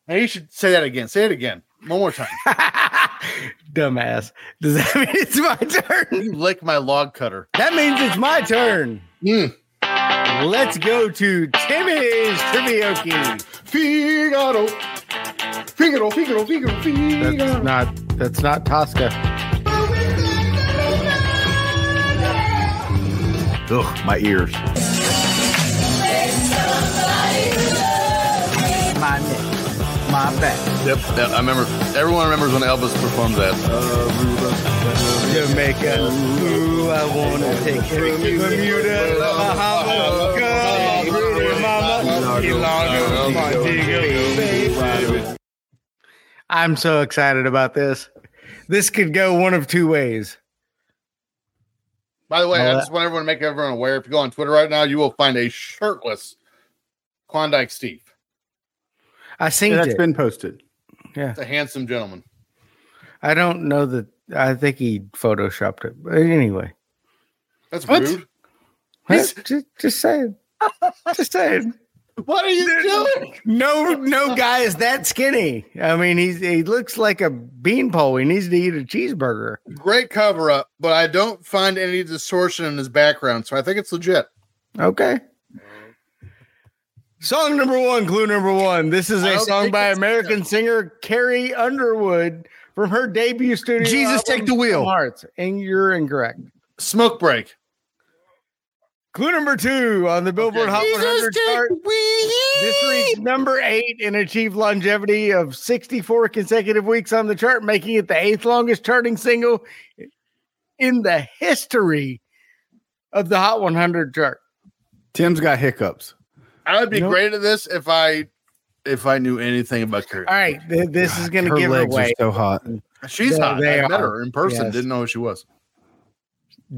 Hey, you should say that again. Say it again. One more time.
Dumbass. Does that mean it's my turn?
you lick my log cutter.
That means it's my turn.
Mm.
Let's go to Timmy's Trivioki.
Figaro. Figaro, Figaro, Figaro,
That's not that's not Tosca.
Ugh, my ears.
My neck. My back.
Yep, yeah, I remember. Everyone remembers when Elvis performed that.
Jamaica. Ooh, I wanna take you to Bermuda, Bahamas, Cuba, Mama, Ilocos, Montego, baby. I'm so excited about this. This could go one of two ways.
By the way,
All
I
that-
just want everyone to make everyone aware. If you go on Twitter right now, you will find a shirtless Klondike Steve.
I synced
That's
it.
been posted.
It's a handsome gentleman.
I don't know that. I think he photoshopped it. But anyway,
That's
What?
rude.
Huh? just, just saying. just saying.
What are you doing?
No, no guy is that skinny. I mean, he's he looks like a beanpole. He needs to eat a cheeseburger.
Great cover up, but I don't find any distortion in his background, so I think it's legit.
Okay. Song number one, clue number one. This is
I
a
don't
song
think
by
it's-
American singer Carrie Underwood from her debut studio.
Jesus,
album,
take the wheel.
From Hearts, and you're incorrect.
Smoke break.
Clue number two on the Billboard Hot 100 chart. This reached number eight and achieved longevity of 64 consecutive weeks on the chart, making it the eighth longest charting single in the history of the Hot 100 chart.
Tim's got hiccups.
I would be
Nope.
great at this if I if I knew anything about Carrie.
All right, th- this is going to
Her
give it
legs
away.
are so hot.
She's
They-
hot.
they
I met
are.
her in person.
Yes.
Didn't know who she was.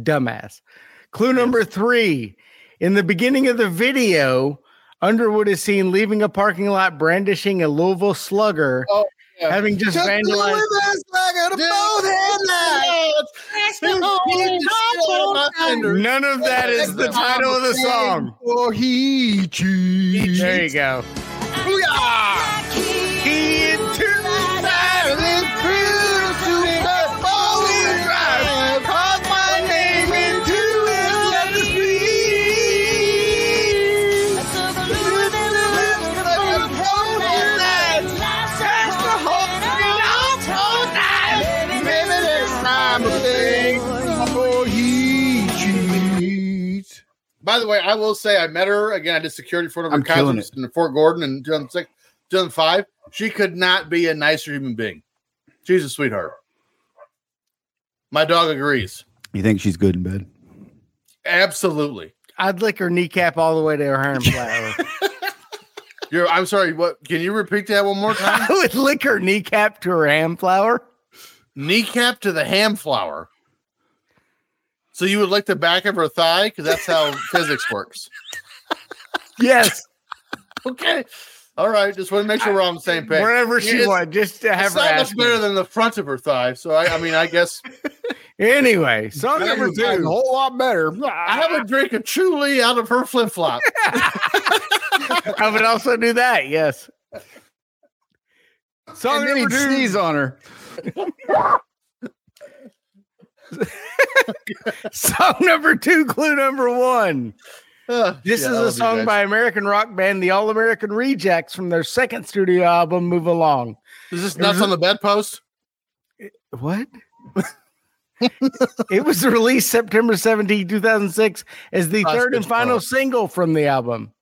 Dumbass. Clue number three. In the beginning of the video, Underwood is seen leaving a parking lot brandishing a Louisville slugger,
Oh, yeah.
having just vandalized. None of that is the title of the song.
Oh, he
oh.
cheats.
There you go. He and two silent crew to the bowling drive. Called my name into his letters, please.
Oh, he cheats.
By the way, I will say I met her again. I did security for one of her
I'm killing
concerts in Fort Gordon in 2006, 2005. She could not be a nicer human being. She's a sweetheart. My dog agrees.
You think she's good in bed?
Absolutely.
I'd lick her kneecap all the way to her iron
You're. I'm sorry. What? Can you repeat that one more
I
time?
would lick her kneecap to her ham flour.
Kneecap to the ham flour. So you would lick the back of her thigh because that's how physics works.
Yes,
Okay. All right. Just want to make sure we're on the same page.
wherever she
It's-
went, just to have
It's
her
not
ass.
much better than the front of her thigh. So I, I mean, I guess
Anyway, song
That
number
was a
two.
whole lot better.
I have a drink of Truly out of her flip flop.
I would also do that. Yes. Song
And then
number
he'd
two.
sneeze on her.
Song number two, clue number one. This
Yeah, I
is a
love you
song
guys.
by American rock band The All American Rejects from their second studio album, Move Along.
Is this nuts on the bedpost?
What? it was released September 17, 2006, as the
Oh, it's
third and
good
final
job.
single from the album.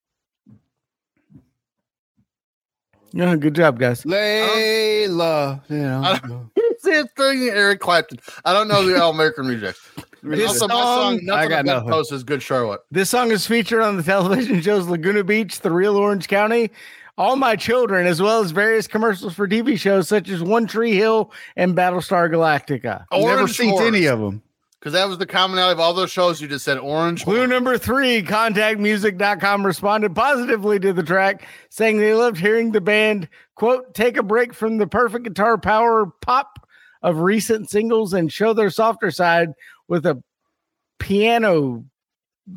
Yeah, good job, guys.
Layla. You know,
I It's the thing, Eric Clapton. I don't know the All American Rejects.
This
also, my song
song-
nuts
I
on the
got nothing.
bedpost is good Charlotte.
This song is featured on the television shows Laguna Beach, The Real Orange County, All My Children, as well as various commercials for TV shows such as One Tree Hill and Battlestar Galactica.
never
Orange
seen any of them.
because that was the commonality of all those shows. You just said orange.
Clue number three, contactmusic.com responded positively to the track, saying they loved hearing the band, quote, take a break from the perfect guitar power pop of recent singles and show their softer side with a piano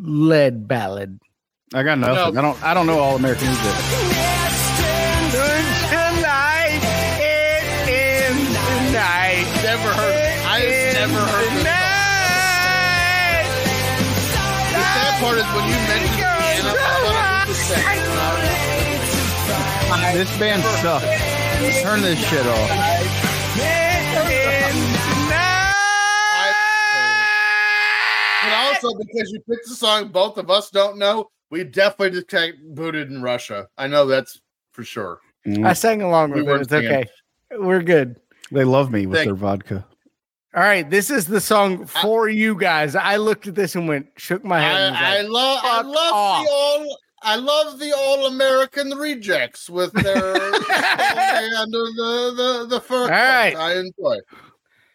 led ballad.
I got nothing.
No.
I don't. I don't know all American music.
Tonight, it is tonight.
Never heard. I have never heard. This song.
Tonight.
The sad part is when you mentioned piano, I thought it was the same.
This band sucks. Turn this shit off.
But also because you picked a song both of us don't know, we definitely just got booted in Russia. I know that's for sure.
I sang along
We
with it.
weren't
It's
singing.
okay. We're good.
They love me with
Thank-
their vodka.
All right. This is the song for you guys. I looked at this and went, shook my head. and was
I, I
like,
love I
Fuck
love
off.
the all I love the all American rejects with their under the the, the fur. coat.
right.
I enjoy. it.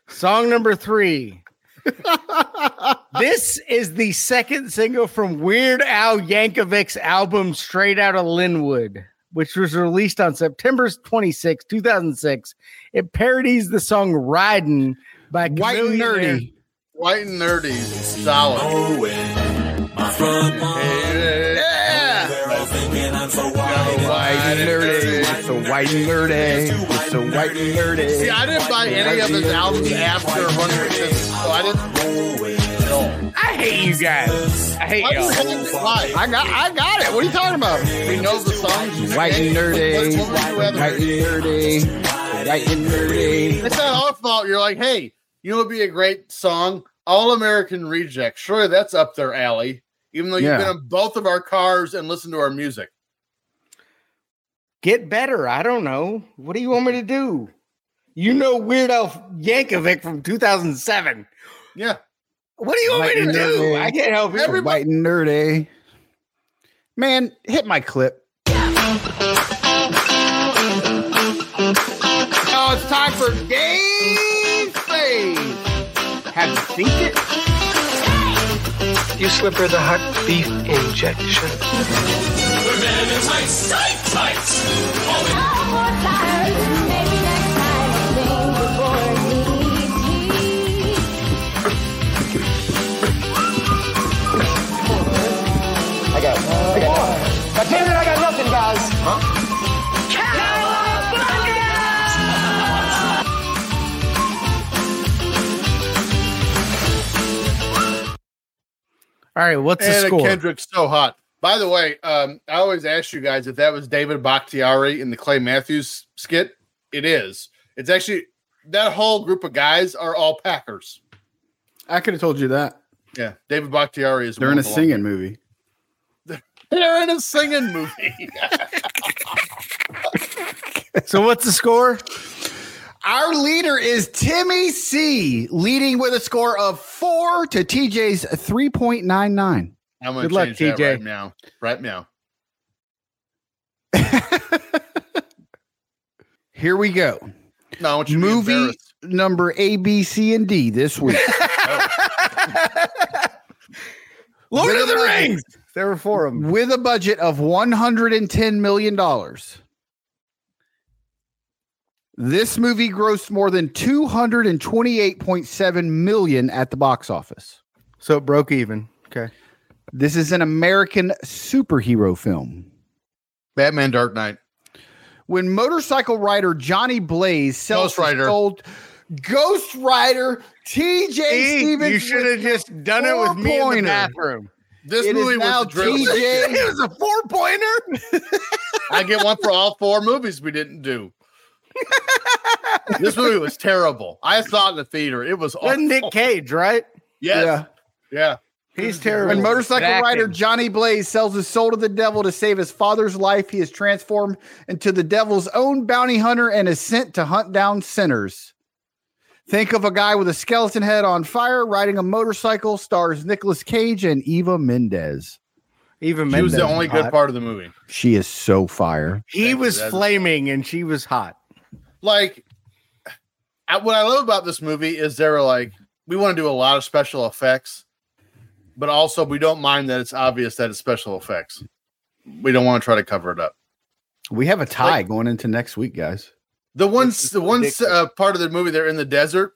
Song number three. this is the second single from Weird Al Yankovic's album Straight Outta Linwood, which was released on September 26, 2006. It parodies the song Riding by
White and
Chamillionaire-
nerdy.
White and nerdy, solid. Yeah.
White and nerdy. It's a white and nerdy. It's a white and
See,
nerdy.
I didn't buy any of his albums after 100, so I didn't. No.
I hate you guys. I hate
Why do you
y'all.
think- why?
I got. I got it. What are you talking about?
We know the songs.
White and nerdy.
What would you rather-
White and nerdy. White and nerdy.
It's not our fault. You're like, hey, you know, it'd be a great song, All American Reject. Sure, that's up their alley. Even though you've
Yeah.
been in both of our cars and listened to our music.
Get better. I don't know. What do you want me to do? You know Weird Al Yankovic from 2007.
Yeah,
What do you want
White eh?
me to
and
do?
nerdy.
I can't help you.
It's a White and nerdy. Man, hit my clip.
Oh, it's time for Gay Faith. Have you seen it?
You slip her the hot beef injection.
All right, what's the
Anna
score?
Kendrick's so hot. By the way, um, I always ask you guys if that was David Bakhtiari in the Clay Matthews skit. It is. It's actually that whole group of guys are all Packers.
I could have told you that
Yeah, David Bakhtiari is
they're in
one of
a
the-
singing movie.
They're in a singing movie.
So what's the score?
Our leader is Timmy C, leading with a score of four to TJ's 3.99.
I'm gonna
Good luck,
change that
TJ.
right now. Right now.
Here we go.
No, I want you to be
Movie
embarrassed.
number A, B, C, and D this week.
Lord
With
of the
a budget-
Rings. There were four of them.
With a budget of $110 million. This movie grossed more than 228.7 million at the box office.
So it broke even. Okay.
This is an American superhero film.
Batman Dark Knight.
when motorcycle rider Johnny Blaze sells
Ghost Rider.
his soul- Ghost Rider TJ
See,
Stevens.
you should have just done it with me in the
four-pointer.
bathroom.
This
It is
movie
now
was the drill.
TJ.
was a four pointer.
I get one for all four movies we didn't do. this movie was terrible. I saw it in the theater. It was awful.
Wasn't Nick Cage, right?
Yes. Yeah.
He's terrible.
When motorcycle
Back
rider
in.
Johnny Blaze sells his soul to the devil to save his father's life, he is transformed into the devil's own bounty hunter and is sent to hunt down sinners. Think of a guy with a skeleton head on fire riding a motorcycle, stars Nicolas Cage and Eva Mendez.
Even
She was the
Mendes
only
hot.
good part of the movie.
She is so fire.
He
Thank you,
was
that's-
flaming and she was hot.
Like, I, what I love about this movie is they're like, we want to do a lot of special effects, but also we don't mind that it's obvious that it's special effects. We don't want to try to cover it up.
We have a tie
Like-
going into next week, guys.
The one, the one uh, part of the movie they're in the desert.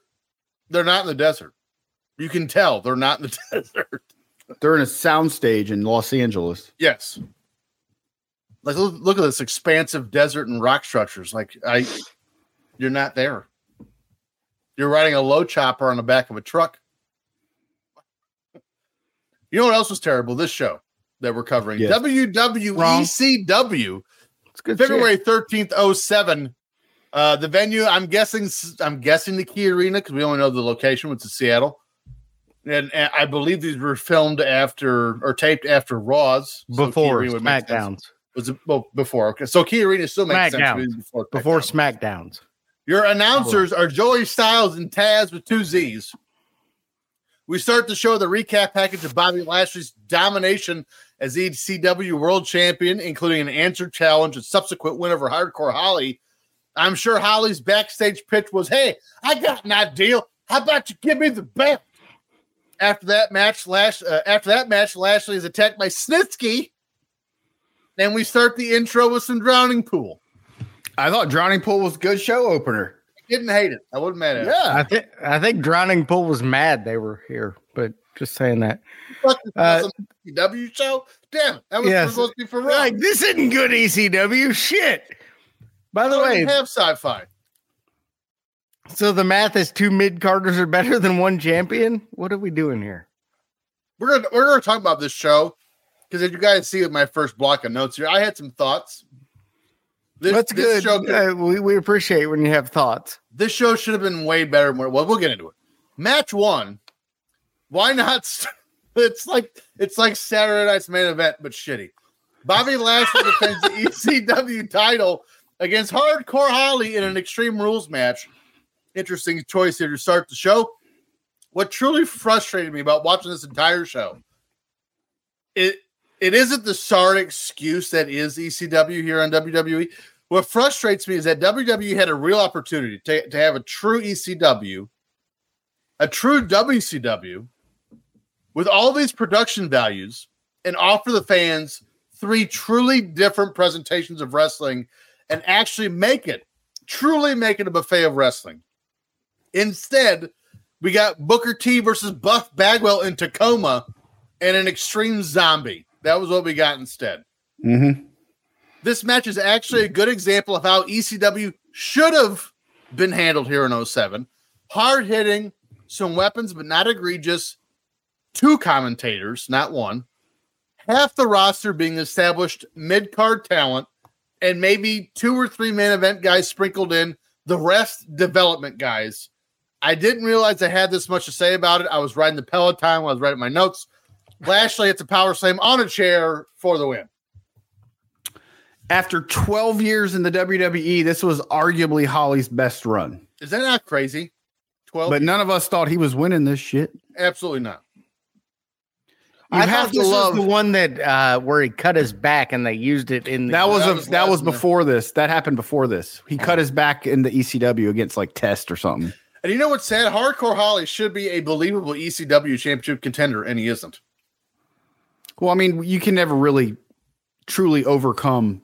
They're not in the desert. You can tell they're not in the desert.
They're in a soundstage in Los Angeles.
Yes. Like look, look at this expansive desert and rock structures. Like I, you're not there. You're riding a low chopper on the back of a truck. You know what else was terrible? This show that we're covering, E
Yes.
WWE CW,
It's good.
February thirteenth, oh seven. Uh, the venue, I'm guessing, I'm guessing the Key Arena because we only know the location, which is Seattle. And, and I believe these were filmed after or taped after Raws so Key
before
Arena would make sense.
SmackDowns.
was well, before. Okay, so Key Arena still makes sense.
SmackDown.
because it's Before,
Before
SmackDown.
SmackDowns.
Your announcers are Joey Styles and Taz with two Z's. We start the show with a recap package of Bobby Lashley's domination as the CW World Champion, including an answer challenge and subsequent win over Hardcore Holly. I'm sure Holly's backstage pitch was, "Hey, I got an idea. How about you give me the belt?" After that match, Lash. Uh, after that match, Lashley is attacked by Snitsky, and we start the intro with some drowning pool.
I thought Drowning Pool was a good show opener.
Didn't hate it. I wasn't mad at it.
I think I think Drowning Pool was mad they were here, but just saying that.
fucking
Uh,
awesome CW show. Damn it, that was
Yes.
supposed to be for
Like
right.
this isn't good ECW shit. By the
By
way,
have sci-fi.
so the math is two mid carders are better than one champion. What are we doing here?
We're gonna we're gonna talk about this show because if you guys see my first block of notes here, I had some thoughts. This,
That's
this
good.
Show could-
Uh, we, we appreciate when you have thoughts.
this show should have been way better. Than what, well, we'll get into it. Match one. Why not? St- it's like it's like Saturday Night's main event, but shitty. Bobby Lashley defends the ECW title against Hardcore Holly in an Extreme Rules match. Interesting choice here to start the show. What truly frustrated me about watching this entire show, it it isn't the sorry excuse that is ECW here on WWE. What frustrates me is that WWE had a real opportunity to, to have a true ECW, a true WCW, with all these production values, and offer the fans three truly different presentations of wrestling and actually make it, truly make it a buffet of wrestling. Instead, we got Booker T versus Buff Bagwell in Tacoma and an extreme zombie. That was what we got instead
Mm-hmm.
this match is actually a good example of how ECW should have been handled here in 07. Hard hitting, some weapons, but not egregious. Two commentators, not one. Half the roster being established mid card talent, and maybe two or three main event guys sprinkled in, the rest development guys. I didn't realize I had this much to say about it. I was riding the Peloton while I was writing my notes. Lashley hits a power slam on a chair for the win.
After 12 years in the WWE, this was arguably Holly's best run.
Is that not crazy? 12
But none of us thought he was winning this shit.
Absolutely not.
You
I
have
thought
to
this
love
was the one that uh, where he cut his back and they used it in the
that was
that
a,
was
that
last
was
in the-
before this. That happened before this. He cut his back in the ECW against like Test or something.
And you know what's sad? Hardcore Holly should be a believable ECW championship contender, and he isn't.
Well, I mean, you can never really truly overcome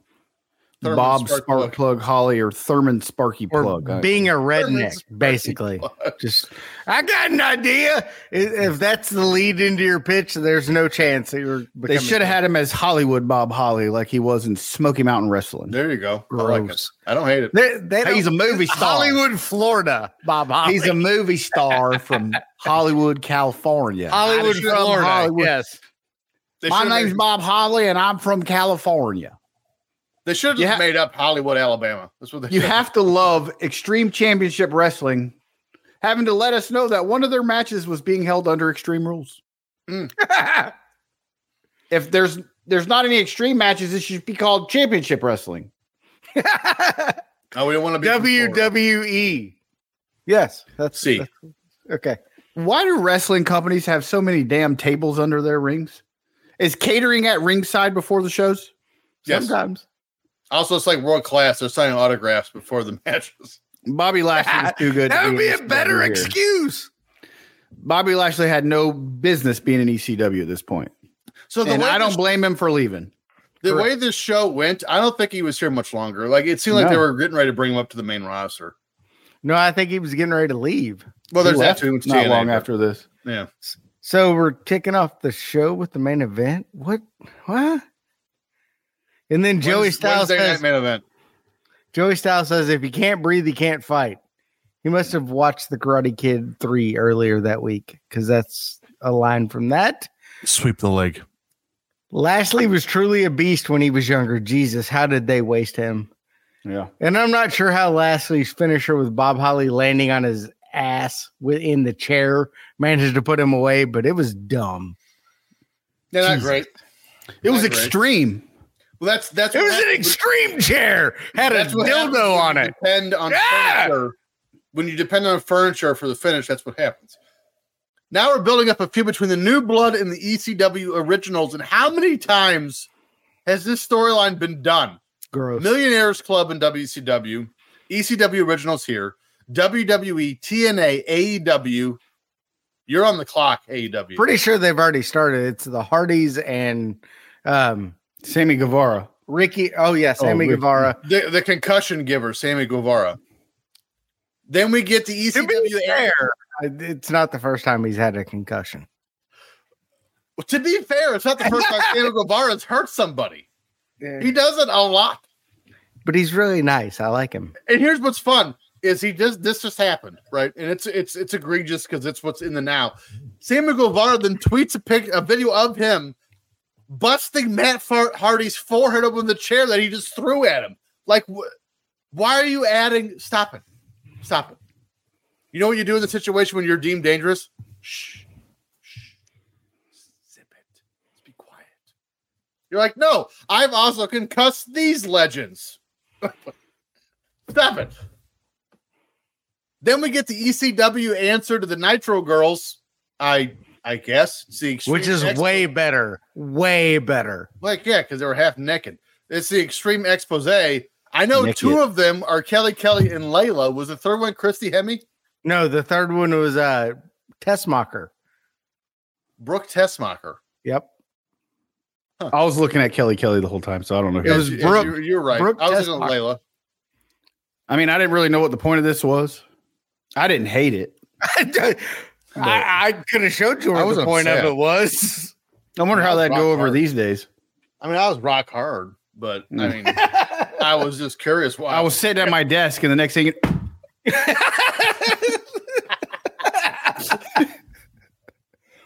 Thurman
Bob
Spark
Spark,
Plug.
Plug. Holly or Thurman Sparky
or
Plug. I-
being a redneck,
Herman's
basically. Just I got an idea. I- If that's the lead into your pitch, there's no chance that you're.
they
becoming-
should have had him as Hollywood Bob Holly, like he was in Smoky Mountain Wrestling.
There you go. I like it.
Gross.
I don't hate it.
They, they
Hey, he's
don't-
a movie star.
Hollywood, Florida. Bob Holly.
He's a movie star from Hollywood, California.
Hollywood,
I'm
Florida.
Hollywood.
Yes.
They
My
should've made-
name's Bob Holly, and I'm from California.
They should have
You
just
ha-
made up Hollywood, Alabama. That's what they
You
should-
have to love Extreme Championship Wrestling, having to let us know that one of their matches was being held under extreme rules.
Mm.
if there's there's not any extreme matches, it should be called Championship Wrestling.
No, Oh, we don't want to be from Florida.
E
WWE.
Yes, that's
See,
okay.
Why do wrestling companies have so many damn tables under their rings? Is catering at ringside before the shows?
Yes.
Sometimes.
Also, it's like world class. They're signing autographs before the matches.
Bobby Lashley is too good. to
That would be a
in
better
ECW here.
excuse.
Bobby Lashley had no business being in ECW at this point.
So the
and
way
I don't
this-
blame him for leaving.
the
correct.
way this show went, I don't think he was here much longer. Like it seemed like they
No.
were getting ready to bring him up to the main roster.
No, I think he was getting ready to leave.
Well,
He
there's that
left
too. It's
not
TNA,
long
but-
after this.
Yeah.
So we're kicking off the show with the main event. What? What? And then Joey
Wednesday-
Styles
Wednesday
says,
night main event.
Joey Styles says, if you can't breathe, you can't fight. He must have watched The Karate Kid 3 earlier that week because that's a line from that.
Sweep the leg.
Lashley was truly a beast when he was younger. Jesus, how did they waste him?
Yeah.
And I'm not sure how Lashley's finisher with Bob Holly landing on his ass within the chair managed to put him away, but it was dumb.
Yeah, not
Jesus.
great.
It was
Not great.
extreme.
Well, that's that's
It
what
was an
happened-
extreme chair. Had a
that's what happens
dildo
when
on
you
it.
Depend on
Yeah!
furniture. When you depend on furniture for the finish, that's what happens. Now we're building up a feud between the new blood and the ECW originals. And how many times has this storyline been done?
Gross.
Millionaires Club and WCW, ECW E originals here, E, WWE, TNA, AEW. E You're on the clock, E AEW.
Pretty sure they've already started. It's the Hardys and um,
Sammy Guevara.
Ricky. Oh, yeah, Sammy
Ricky.
Guevara.
the, the concussion giver, Sammy Guevara. Then we get E the
To be
ECW. era.
fair,
It's not the first time he's had a concussion.
To be fair, it's not the first time Sammy Guevara's hurt somebody. He does it a lot.
But he's really nice. I like him.
And here's what's fun is he just this just happened, right? And it's it's it's egregious because it's what's in the now. Sammy Guevara then tweets a pic a video of him busting Matt Far- Hardy's forehead open with the chair that he just threw at him. Like wh- why are you adding stop it. Stop it. You know what you do in the situation when you're deemed dangerous? Shh. Shh. Zip it. Let's be quiet. You're like, no, I've also concussed these legends. Stop it. Then we get the ECW answer to the Nitro Girls. I I guess It's the Extreme
Which is
Expo-
way better. Way better.
like yeah, because they were half naked. It's the Extreme Expose. I know
Naked.
two of them are Kelly Kelly and Layla. Was the third one Christy Hemme?
No, the third one was uh Tessmacher.
Brooke Tessmacher.
Yep.
I was looking at Kelly Kelly the whole time, so I don't know. who-
Yes,
was
yes,
Brooke-
You're, you're right.
Brooke
I was thinking of
Tessmacher.
Layla.
I mean, I didn't really know what the point of this was. I didn't hate it.
I, I could have showed you
I
what
was
the point
upset.
of it was.
I wonder how that'd go over
Rock
these days.
I mean, I was rock hard, but I
Mm.
mean, I was just curious. Why
I was sitting at my desk, and the next thing,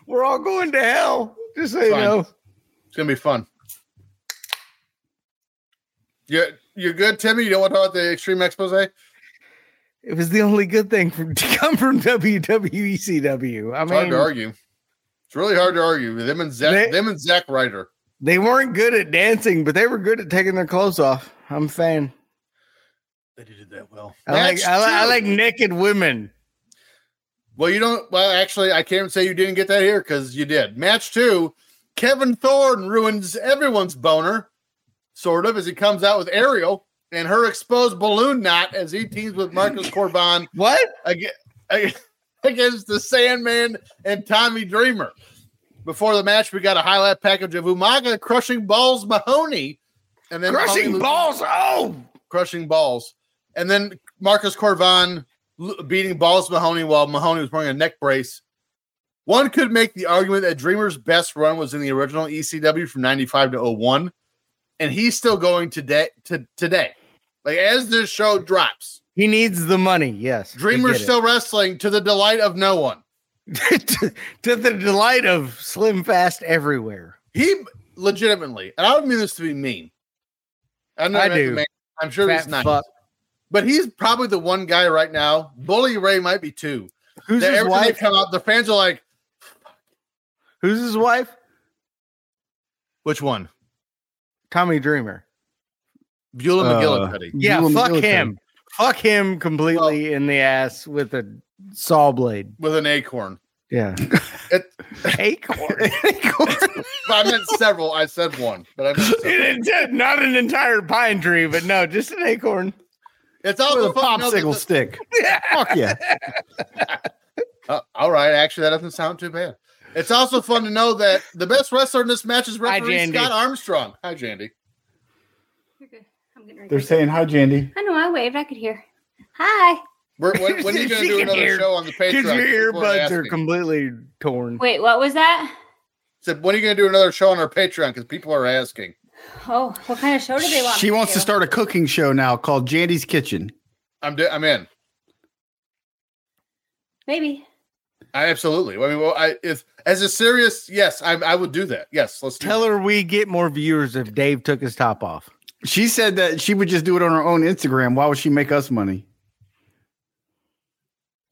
We're all going to hell.
Just so you
Fine.
know.
It's gonna be fun. You're you're good, Timmy. You don't want to talk about the extreme expose.
It was the only good thing from, to come from WWECW. I
It's hard to
mean,
argue. It's really hard to argue. Them and Zach,
They-
them and Zach Ryder.
they weren't good at dancing, but they were good at taking their clothes off. I'm a fan.
They did that well.
I like, I, like I like naked women.
Well, you don't. Well, actually, I can't say you didn't get that here because you did. Match two. Kevin Thorne ruins everyone's boner, sort of, as he comes out with Ariel and her exposed balloon knot as he teams with Marcus Corban
What?
ag- ag- against the Sandman and Tommy Dreamer. Before the match, we got a highlight package of Umaga crushing balls Mahoney, and then Paulie
Crushing
Lu-
balls. Oh,
crushing balls, and then Marcus Corvan l- beating balls Mahoney while Mahoney was wearing a neck brace. One could make the argument that Dreamer's best run was in the original ECW from '95 to 01, and he's still going today. To today, like as this show drops,
He needs the money. Yes. we
Dreamer's
get it.
still wrestling to the delight of no one.
to, to the delight of Slim Fast everywhere.
He legitimately, and I don't mean this to be mean. I know
I
that's a
do.
Man, I'm sure
Fat
he's not.
fuck.
But he's probably the one guy right now. Bully Ray might be two.
Who's
That
his
every time they
wife?
come out, the fans are like,
Who's his wife?
which one?
Tommy Dreamer.
Beulah
Uh,
McGillicuddy.
Yeah,
Ewan
fuck
McGillicuddy.
him. Fuck him completely in the ass with a saw blade.
with an acorn.
Yeah.
It-
Acorn.
But I meant several. I said one, but I meant several.
It- it's Not an entire pine tree, but no, just an acorn.
it's all
With a
the
popsicle stick. Fuck yeah.
Uh, all right, actually, that doesn't sound too bad. It's also fun to know that the best wrestler in this match is
Hi,
referee
Jandy.
Scott Armstrong. Hi, Jandy.
You're good. I'm getting ready.
They're saying hi, Jandy.
I know. I waved. I could hear. Hi.
We're, when, when are you going
She
to do
can
another
hear.
show on the Patreon?
Because your
People are
earbuds are
asking.
completely torn.
Wait, what was that?
Said, when are you going to do another show on our Patreon? Because people are asking.
Oh, what kind of show do they want?
She
me
wants to
do?
start a cooking show now called Jandy's Kitchen.
I'm do- I'm in.
Maybe.
I absolutely. I mean, well, I if as a serious yes, I I would do that. Yes, let's do
Tell
that.
her we get more viewers if Dave took his top off.
She said that she would just do it on her own Instagram. Why would she make us money?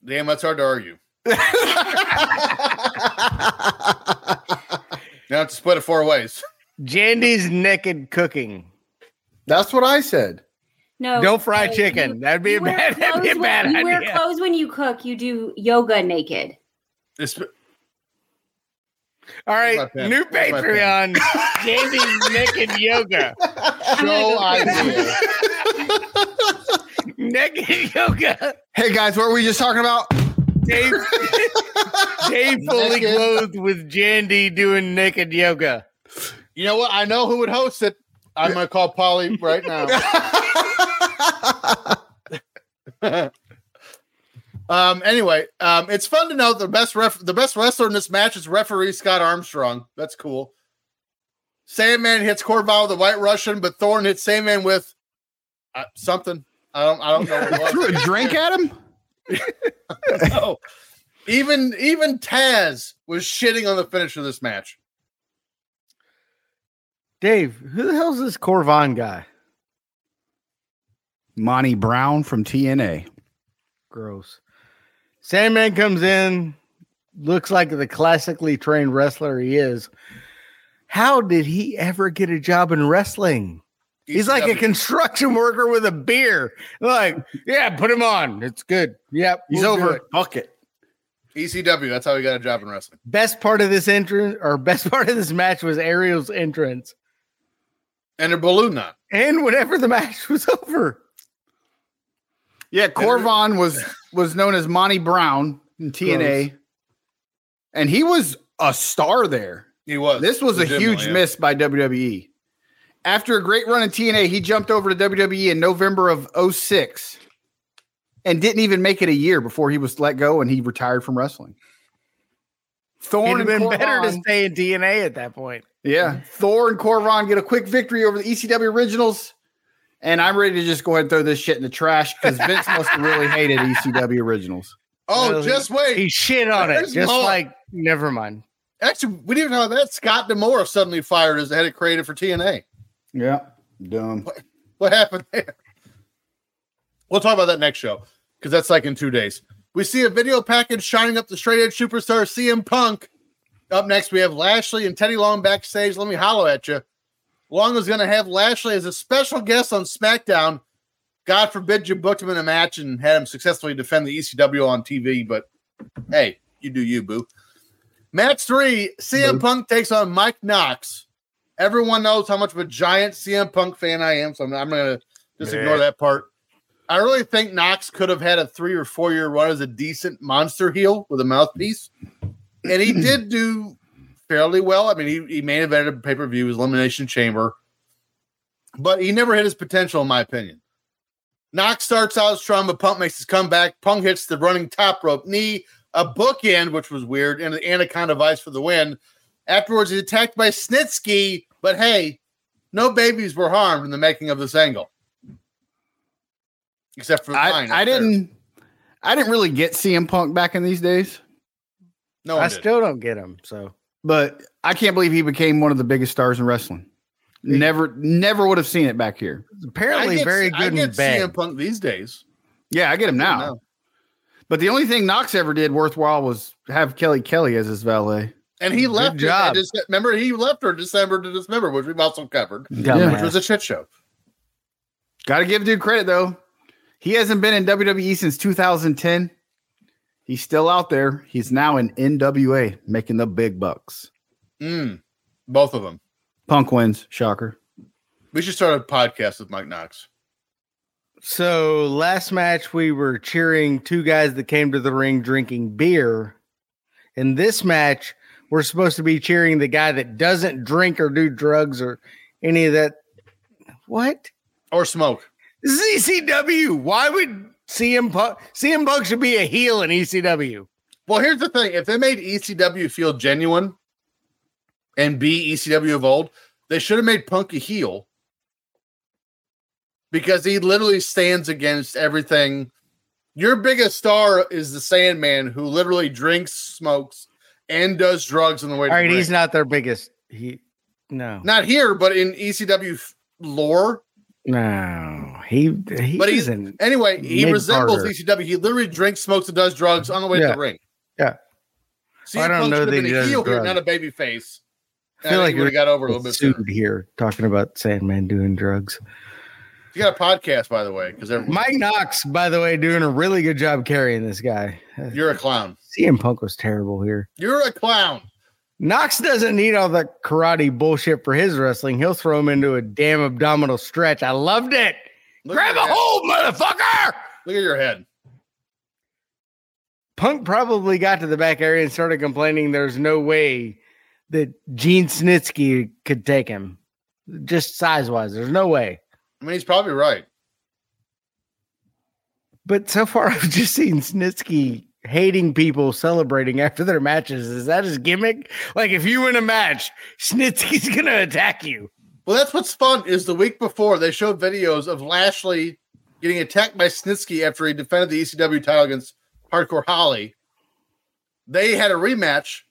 Damn, that's hard to argue. now it's split it four ways.
Jandy's naked cooking.
That's what I said.
No.
Don't fry
no,
chicken.
you-
that'd be
you
a
wear
bad, that'd be a
clothes
bad
when,
idea.
You wear clothes when you cook. You do yoga naked.
It's,
All
my
right,
pen.
new
Here's my pen.
Patreon. Jandy's naked yoga.
I'm gonna
no
go get that.
idea.
Naked yoga.
Hey guys, what were we just talking about?
Dave, Dave fully
Naked.
clothed with Jandy doing naked yoga.
You know what? I know who would host it. I'm gonna call Polly right now. um. Anyway, um, it's fun to know the best ref, the best wrestler in this match is referee Scott Armstrong. That's cool. Sandman hits Corbin with a White Russian, but Thorne hits Sandman with uh, something. I don't. I don't know. What it was.
Threw a drink at him?
No. Even even Taz was shitting on the finish of this match.
Dave, who the hell's this Corvon guy?
Monty Brown from TNA.
Gross. Sandman comes in, looks like the classically trained wrestler he is. How did he ever get a job in wrestling? He's like a
ECW.
construction worker with a beer. Like, yeah, put him on. It's good. Yep.
He's
we'll do
over.
it.
Fuck it.
ECW. E That's how he got a job in wrestling.
Best part of this entrance or best part of this match was Ariel's entrance.
And a balloon knot.
And whenever the match was over,
Yeah, Corvon was was known as Monty Brown in TNA, and he was a star there.
He was.
This was a
Legitimately,
huge
yeah.
miss by WWE. After a great run in TNA, he jumped over to WWE in November of 06 and didn't even make it a year before he was let go and he retired from wrestling.
it'd
Thorn and
have been
Corvon,
better to stay in DNA at that point.
yeah, Mm-hmm. Thor and Corvon get a quick victory over the ECW Originals. And I'm ready to just go ahead and throw this shit in the trash because Vince must have really hated ECW Originals.
Oh,
Well,
just wait.
He shit on it.
There's
Just
more.
like never mind.
Actually, we didn't know that. Scott Demore suddenly fired as the head of creative for TNA.
Yeah, dumb.
What happened there? We'll talk about that next show because that's like in two days. We see a video package shining up the straight edge superstar CM Punk. Up next, we have Lashley and Teddy Long backstage. Let me hollow at you. Long is going to have Lashley as a special guest on SmackDown. God forbid you booked him in a match and had him successfully defend the ECW on TV, but hey, you do you, boo. Match three CM Punk takes on Mike Knox. Everyone knows how much of a giant CM Punk fan I am, so I'm, I'm going to just ignore that part. I really think Knox could have had a three or four year run as a decent monster heel with a mouthpiece, and he did do fairly well. I mean, he, he main evented a pay per view, his Elimination Chamber, but he never hit his potential, in my opinion. Knox starts out strong, but Punk makes his comeback. Punk hits the running top rope knee, a bookend, which was weird, and the Anaconda Vice for the win. Afterwards, he's attacked by Snitsky, but hey, no babies were harmed in the making of this angle. Except for
I,
mine,
I
up there.
didn't I didn't really get CM Punk back in these days.
No,
I
one did.
still don't get him. So
But I can't believe he became one of the biggest stars in wrestling. Never, never would have seen it back here.
I
apparently
get-
very
I
good
get
and bad.
CM Punk these days.
Yeah, I get him now.
No.
But the only thing Knox ever did worthwhile was have Kelly Kelly as his valet.
And he left. her
job.
In Dece- remember, he left her December to December, which we've also covered,
Dumbass.
which was a shit show.
Got to give dude credit though. He hasn't been in WWE since 2010. He's still out there. He's now in NWA making the big bucks.
Mm, both of them.
Punk wins, shocker.
We should start a podcast with Mike Knox.
So last match we were cheering two guys that came to the ring drinking beer. In this match, we're supposed to be cheering the guy that doesn't drink or do drugs or any of that. What?
Or smoke.
ZCW. Why would CM Punk CM Punk should be a heel in E ECW?
Well, here's the thing: if they made ECW feel genuine and be ECW of old, they should have made Punk a heel because he literally stands against everything. Your biggest star is the Sandman, who literally drinks, smokes, and does drugs in the way.
All right, he's not their biggest he no.
not here, but in ECW f- lore.
No. He he's
But he's
an
anyway. He
mid-carder.
resembles ECW. He literally drinks, smokes, and does drugs on the way to
Yeah.
the ring.
Yeah.
See,
I don't know that
Been
he
a
does
heel here,
drugs.
not a baby face.
I feel like
we
you're
got over a little bit. sooner.
sued here talking about Sandman doing drugs.
You got a podcast, by the way, because
Mike Knox, by the way, doing a really good job carrying this guy.
you're a clown.
CM Punk was terrible here.
You're a clown.
Knox doesn't need all the karate bullshit for his wrestling. He'll throw him into a damn abdominal stretch. I loved it.
Look at
Grab a
your head.
hold, motherfucker.
Look at your head.
Punk probably got to the back area and started complaining there's no way that Gene Snitsky could take him. Just size wise, there's no way.
I mean, he's probably right.
But so far, I've just seen Snitsky hating people celebrating after their matches. Is that his gimmick? Like, if you win a match, Snitsky's gonna attack you.
Well, that's what's fun is the week before they showed videos of Lashley getting attacked by Snitsky after he defended the ECW title against Hardcore Holly. They had a rematch,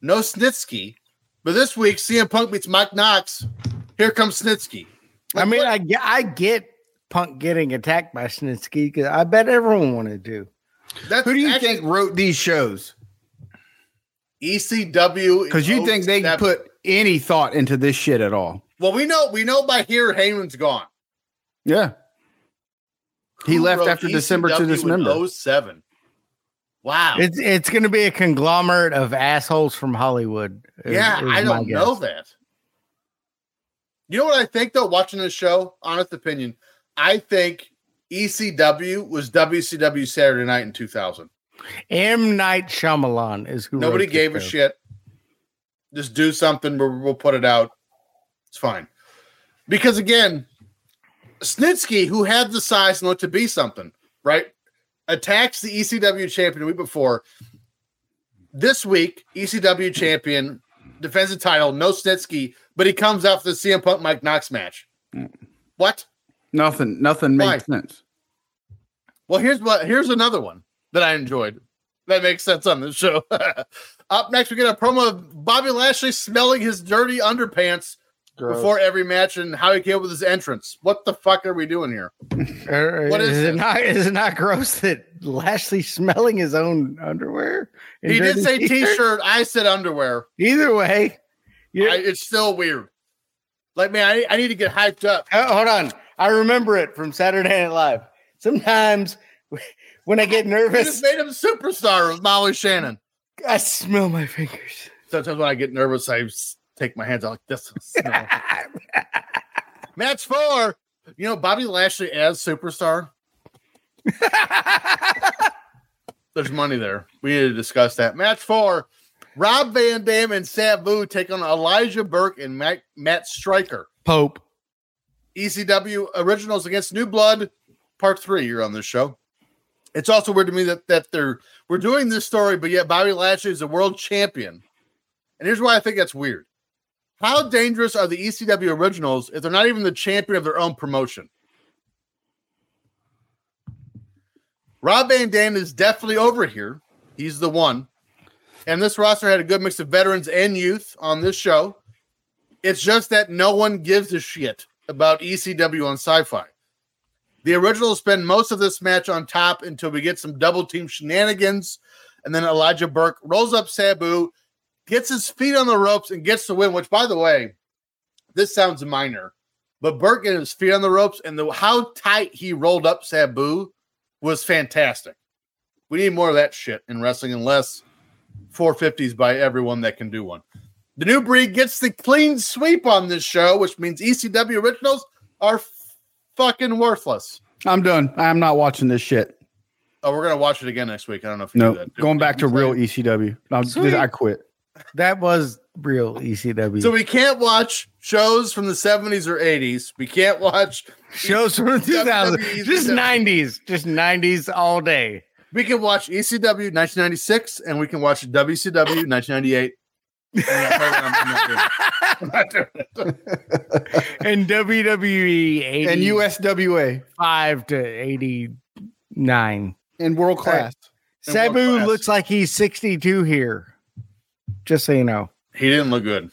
no Snitsky, but this week CM Punk beats Mike Knox. Here comes Snitsky.
I mean, I get, I get Punk getting attacked by Snitsky because I bet everyone wanted to.
That's
Who do you
actually- E
think wrote these shows?
ECW?
Because you think they
Oh, That-
put any thought into this shit at all.
E Well, we know we know by here Heyman's gone.
Yeah. He
Who
left
wrote
after December to
ECW in
December.
07. Wow.
It's it's gonna be a conglomerate of assholes from Hollywood. is-
yeah,
is
I
my
don't
guess.
know that. You know what I think though, watching this show, honest opinion, I think ECW was WCW Saturday night in 2000.
M Night Shyamalan is who.
Nobody
wrote this
gave a
show.
shit. Just do something, we'll, we'll put it out. It's fine. Because again, Snitsky, who had the size and looked to be something, right? Attacks the ECW champion the week before. This week, ECW champion defends the title, no Snitsky, but he comes out for the CM Punk Mike Knox match. What?
Nothing, nothing
Why?
makes sense.
Well, here's what here's another one that I enjoyed. That makes sense on this show. Up next, we get a promo of Bobby Lashley smelling his dirty underpants before every match and how he came up with his entrance. What the fuck are we doing here?
Or
What
Uh, is,
is it?
it not? Is it not gross that Lashley smelling his own underwear? in
He did
dirty
say
t-shirt?
t-shirt. I said underwear.
Either way, you
I, it's still weird. Like, man, I, I need to get hyped up.
uh, hold on. I remember it from Saturday Night Live. Sometimes when I get
I just
nervous,
made him superstar with Molly Shannon.
I smell my fingers.
Sometimes when I get nervous, I s- take my hands out like this. and smell. Match four. You know, Bobby Lashley as superstar. There's money there. We need to discuss that. Match four. Rob Van Dam and Sabu take on Elijah Burke and Matt, Matt Stryker.
Pope.
ECW Originals against New Blood, part three. You're on this show. It's also weird to me that that they're we're doing this story, but yet Bobby Lashley is a world champion. And here's why I think that's weird. How dangerous are the ECW originals if they're not even the champion of their own promotion? Rob Van Dam is definitely over here. He's the one. And this roster had a good mix of veterans and youth on this show. It's just that no one gives a shit about ECW on sci fi. The originals spend most of this match on top until we get some double team shenanigans. And then Elijah Burke rolls up Sabu, gets his feet on the ropes, and gets the win, which, by the way, this sounds minor, but Burke and his feet on the ropes and the how tight he rolled up Sabu was fantastic. We need more of that shit in wrestling and less 450s by everyone that can do one. The new breed gets the clean sweep on this show, which means ECW originals are f- fucking worthless.
I'm done. I'm not watching this shit.
Oh, we're gonna watch it again next week. I don't know if you
No,
do that.
going back to real E ECW. I'm-
Sweet.
I quit.
That was real E
E.
ECW.
So we can't watch shows from the 70s or 80s. We can't watch E
shows from the 2000s,
WWE.
just 90s, just 90s all day.
We can watch E ECW 1996 and we can watch WCW 1998. And that's right, I'm- I'm not doing it.
And WWE 85
And USWA
to 89.
and world class.
And world
Sabu
class.
looks like he's 62 here. Just so you know.
He didn't look good.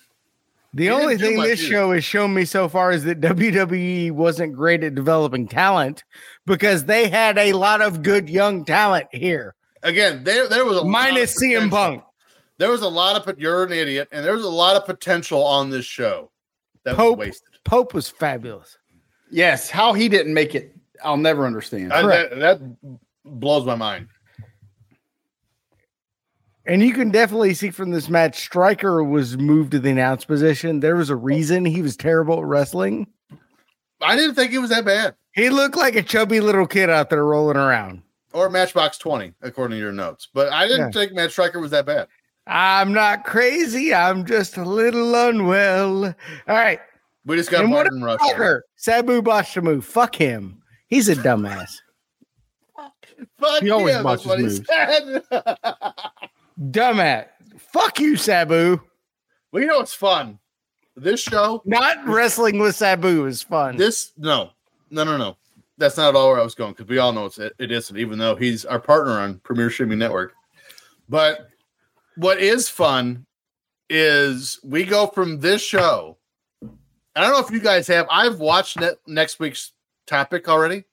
The
didn't
only
do
thing
much
this
either.
show has shown me so far is that WWE wasn't great at developing talent because they had a lot of good young talent here,
Again, there there was a lot of
minus CM
potential.
Punk.
There was a lot of pot- you're an idiot, and there was a lot of potential on this show that
Pope.
was wasted.
Pope was fabulous.
Yes, how he didn't make it, I'll never understand.
I-
Correct.
that, that blows my mind.
And you can definitely see from this match, Striker was moved to the announce position. There was a reason he was terrible at wrestling.
I didn't think he was that bad.
He looked like a chubby little kid out there rolling around.
Or Matchbox 20, according to your notes. But I didn't
Yeah.
think Matt Striker was that bad.
I'm not crazy. I'm just a little unwell. All right.
We just got
And what
Martin Rush.
Striker. Sabu botched a move. Fuck him. He's a dumbass.
Fuck
He always
him,
botches
that's what he
moves.
said.
dumbass. Fuck you, Sabu.
well, you know what's fun? This show,
Not wrestling with Sabu is fun.
this no, no, no, no. That's not at all where I was going because we all know it's, it, it isn't, even though he's our partner on Premier Streaming Network. But what is fun is we go from this show. I don't know if you guys have. I've watched ne- next week's topic already,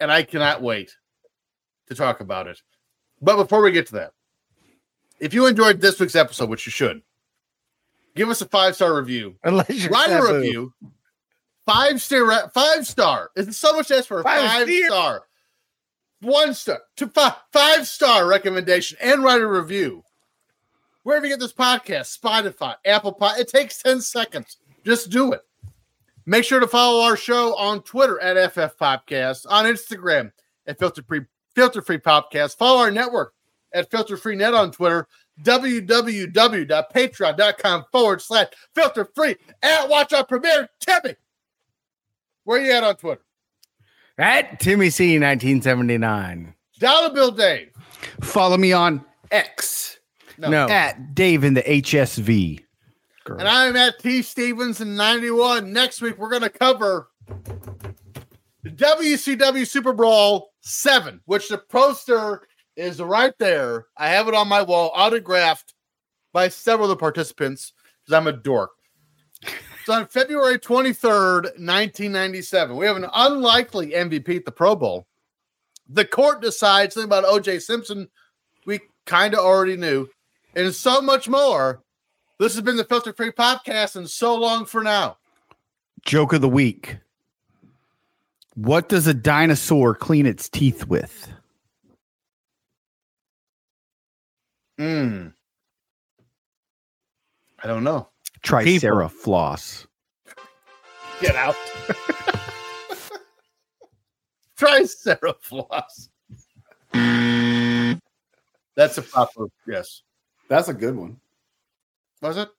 and I cannot wait to talk about it. But before we get to that, if you enjoyed this week's episode, which you should, give us a five star review
Unless you're
write a
Sabu.
review. Five star, five star. It's so much asked for.
Five
Five,
steer-
star, one star, two, five, five star recommendation, and write a review. Wherever you get this podcast, Spotify, Apple Pod, it takes ten seconds. Just do it. Make sure to follow our show on Twitter at FF Podcast, on Instagram at Filter Free Filter Free Podcast. Follow our network at Filter Free Net on Twitter, www.patreon.com forward slash filter free at watch our premiere. Timmy, where you at on Twitter?
At Timmy C 1979.
Dollar Bill Dave.
Follow me on X
No.
no.
at Dave in the HSV.
And I'm at T Stevens in 91. Next week, we're going to cover the WCW Super Brawl 7, which the poster is right there. I have it on my wall, autographed by several of the participants because I'm a dork. It's on February 23rd, 1997. We have an unlikely MVP at the Pro Bowl. The court decides something about OJ Simpson. We kind of already knew, and so much more. This has been the Filter Free Podcast, and so long for now.
Joke of the week. What does a dinosaur clean its teeth with?
Mm. I don't know.
Tricera floss.
Get out. Try Serafloss. That's a proper yes.
That's a good one.
Was it?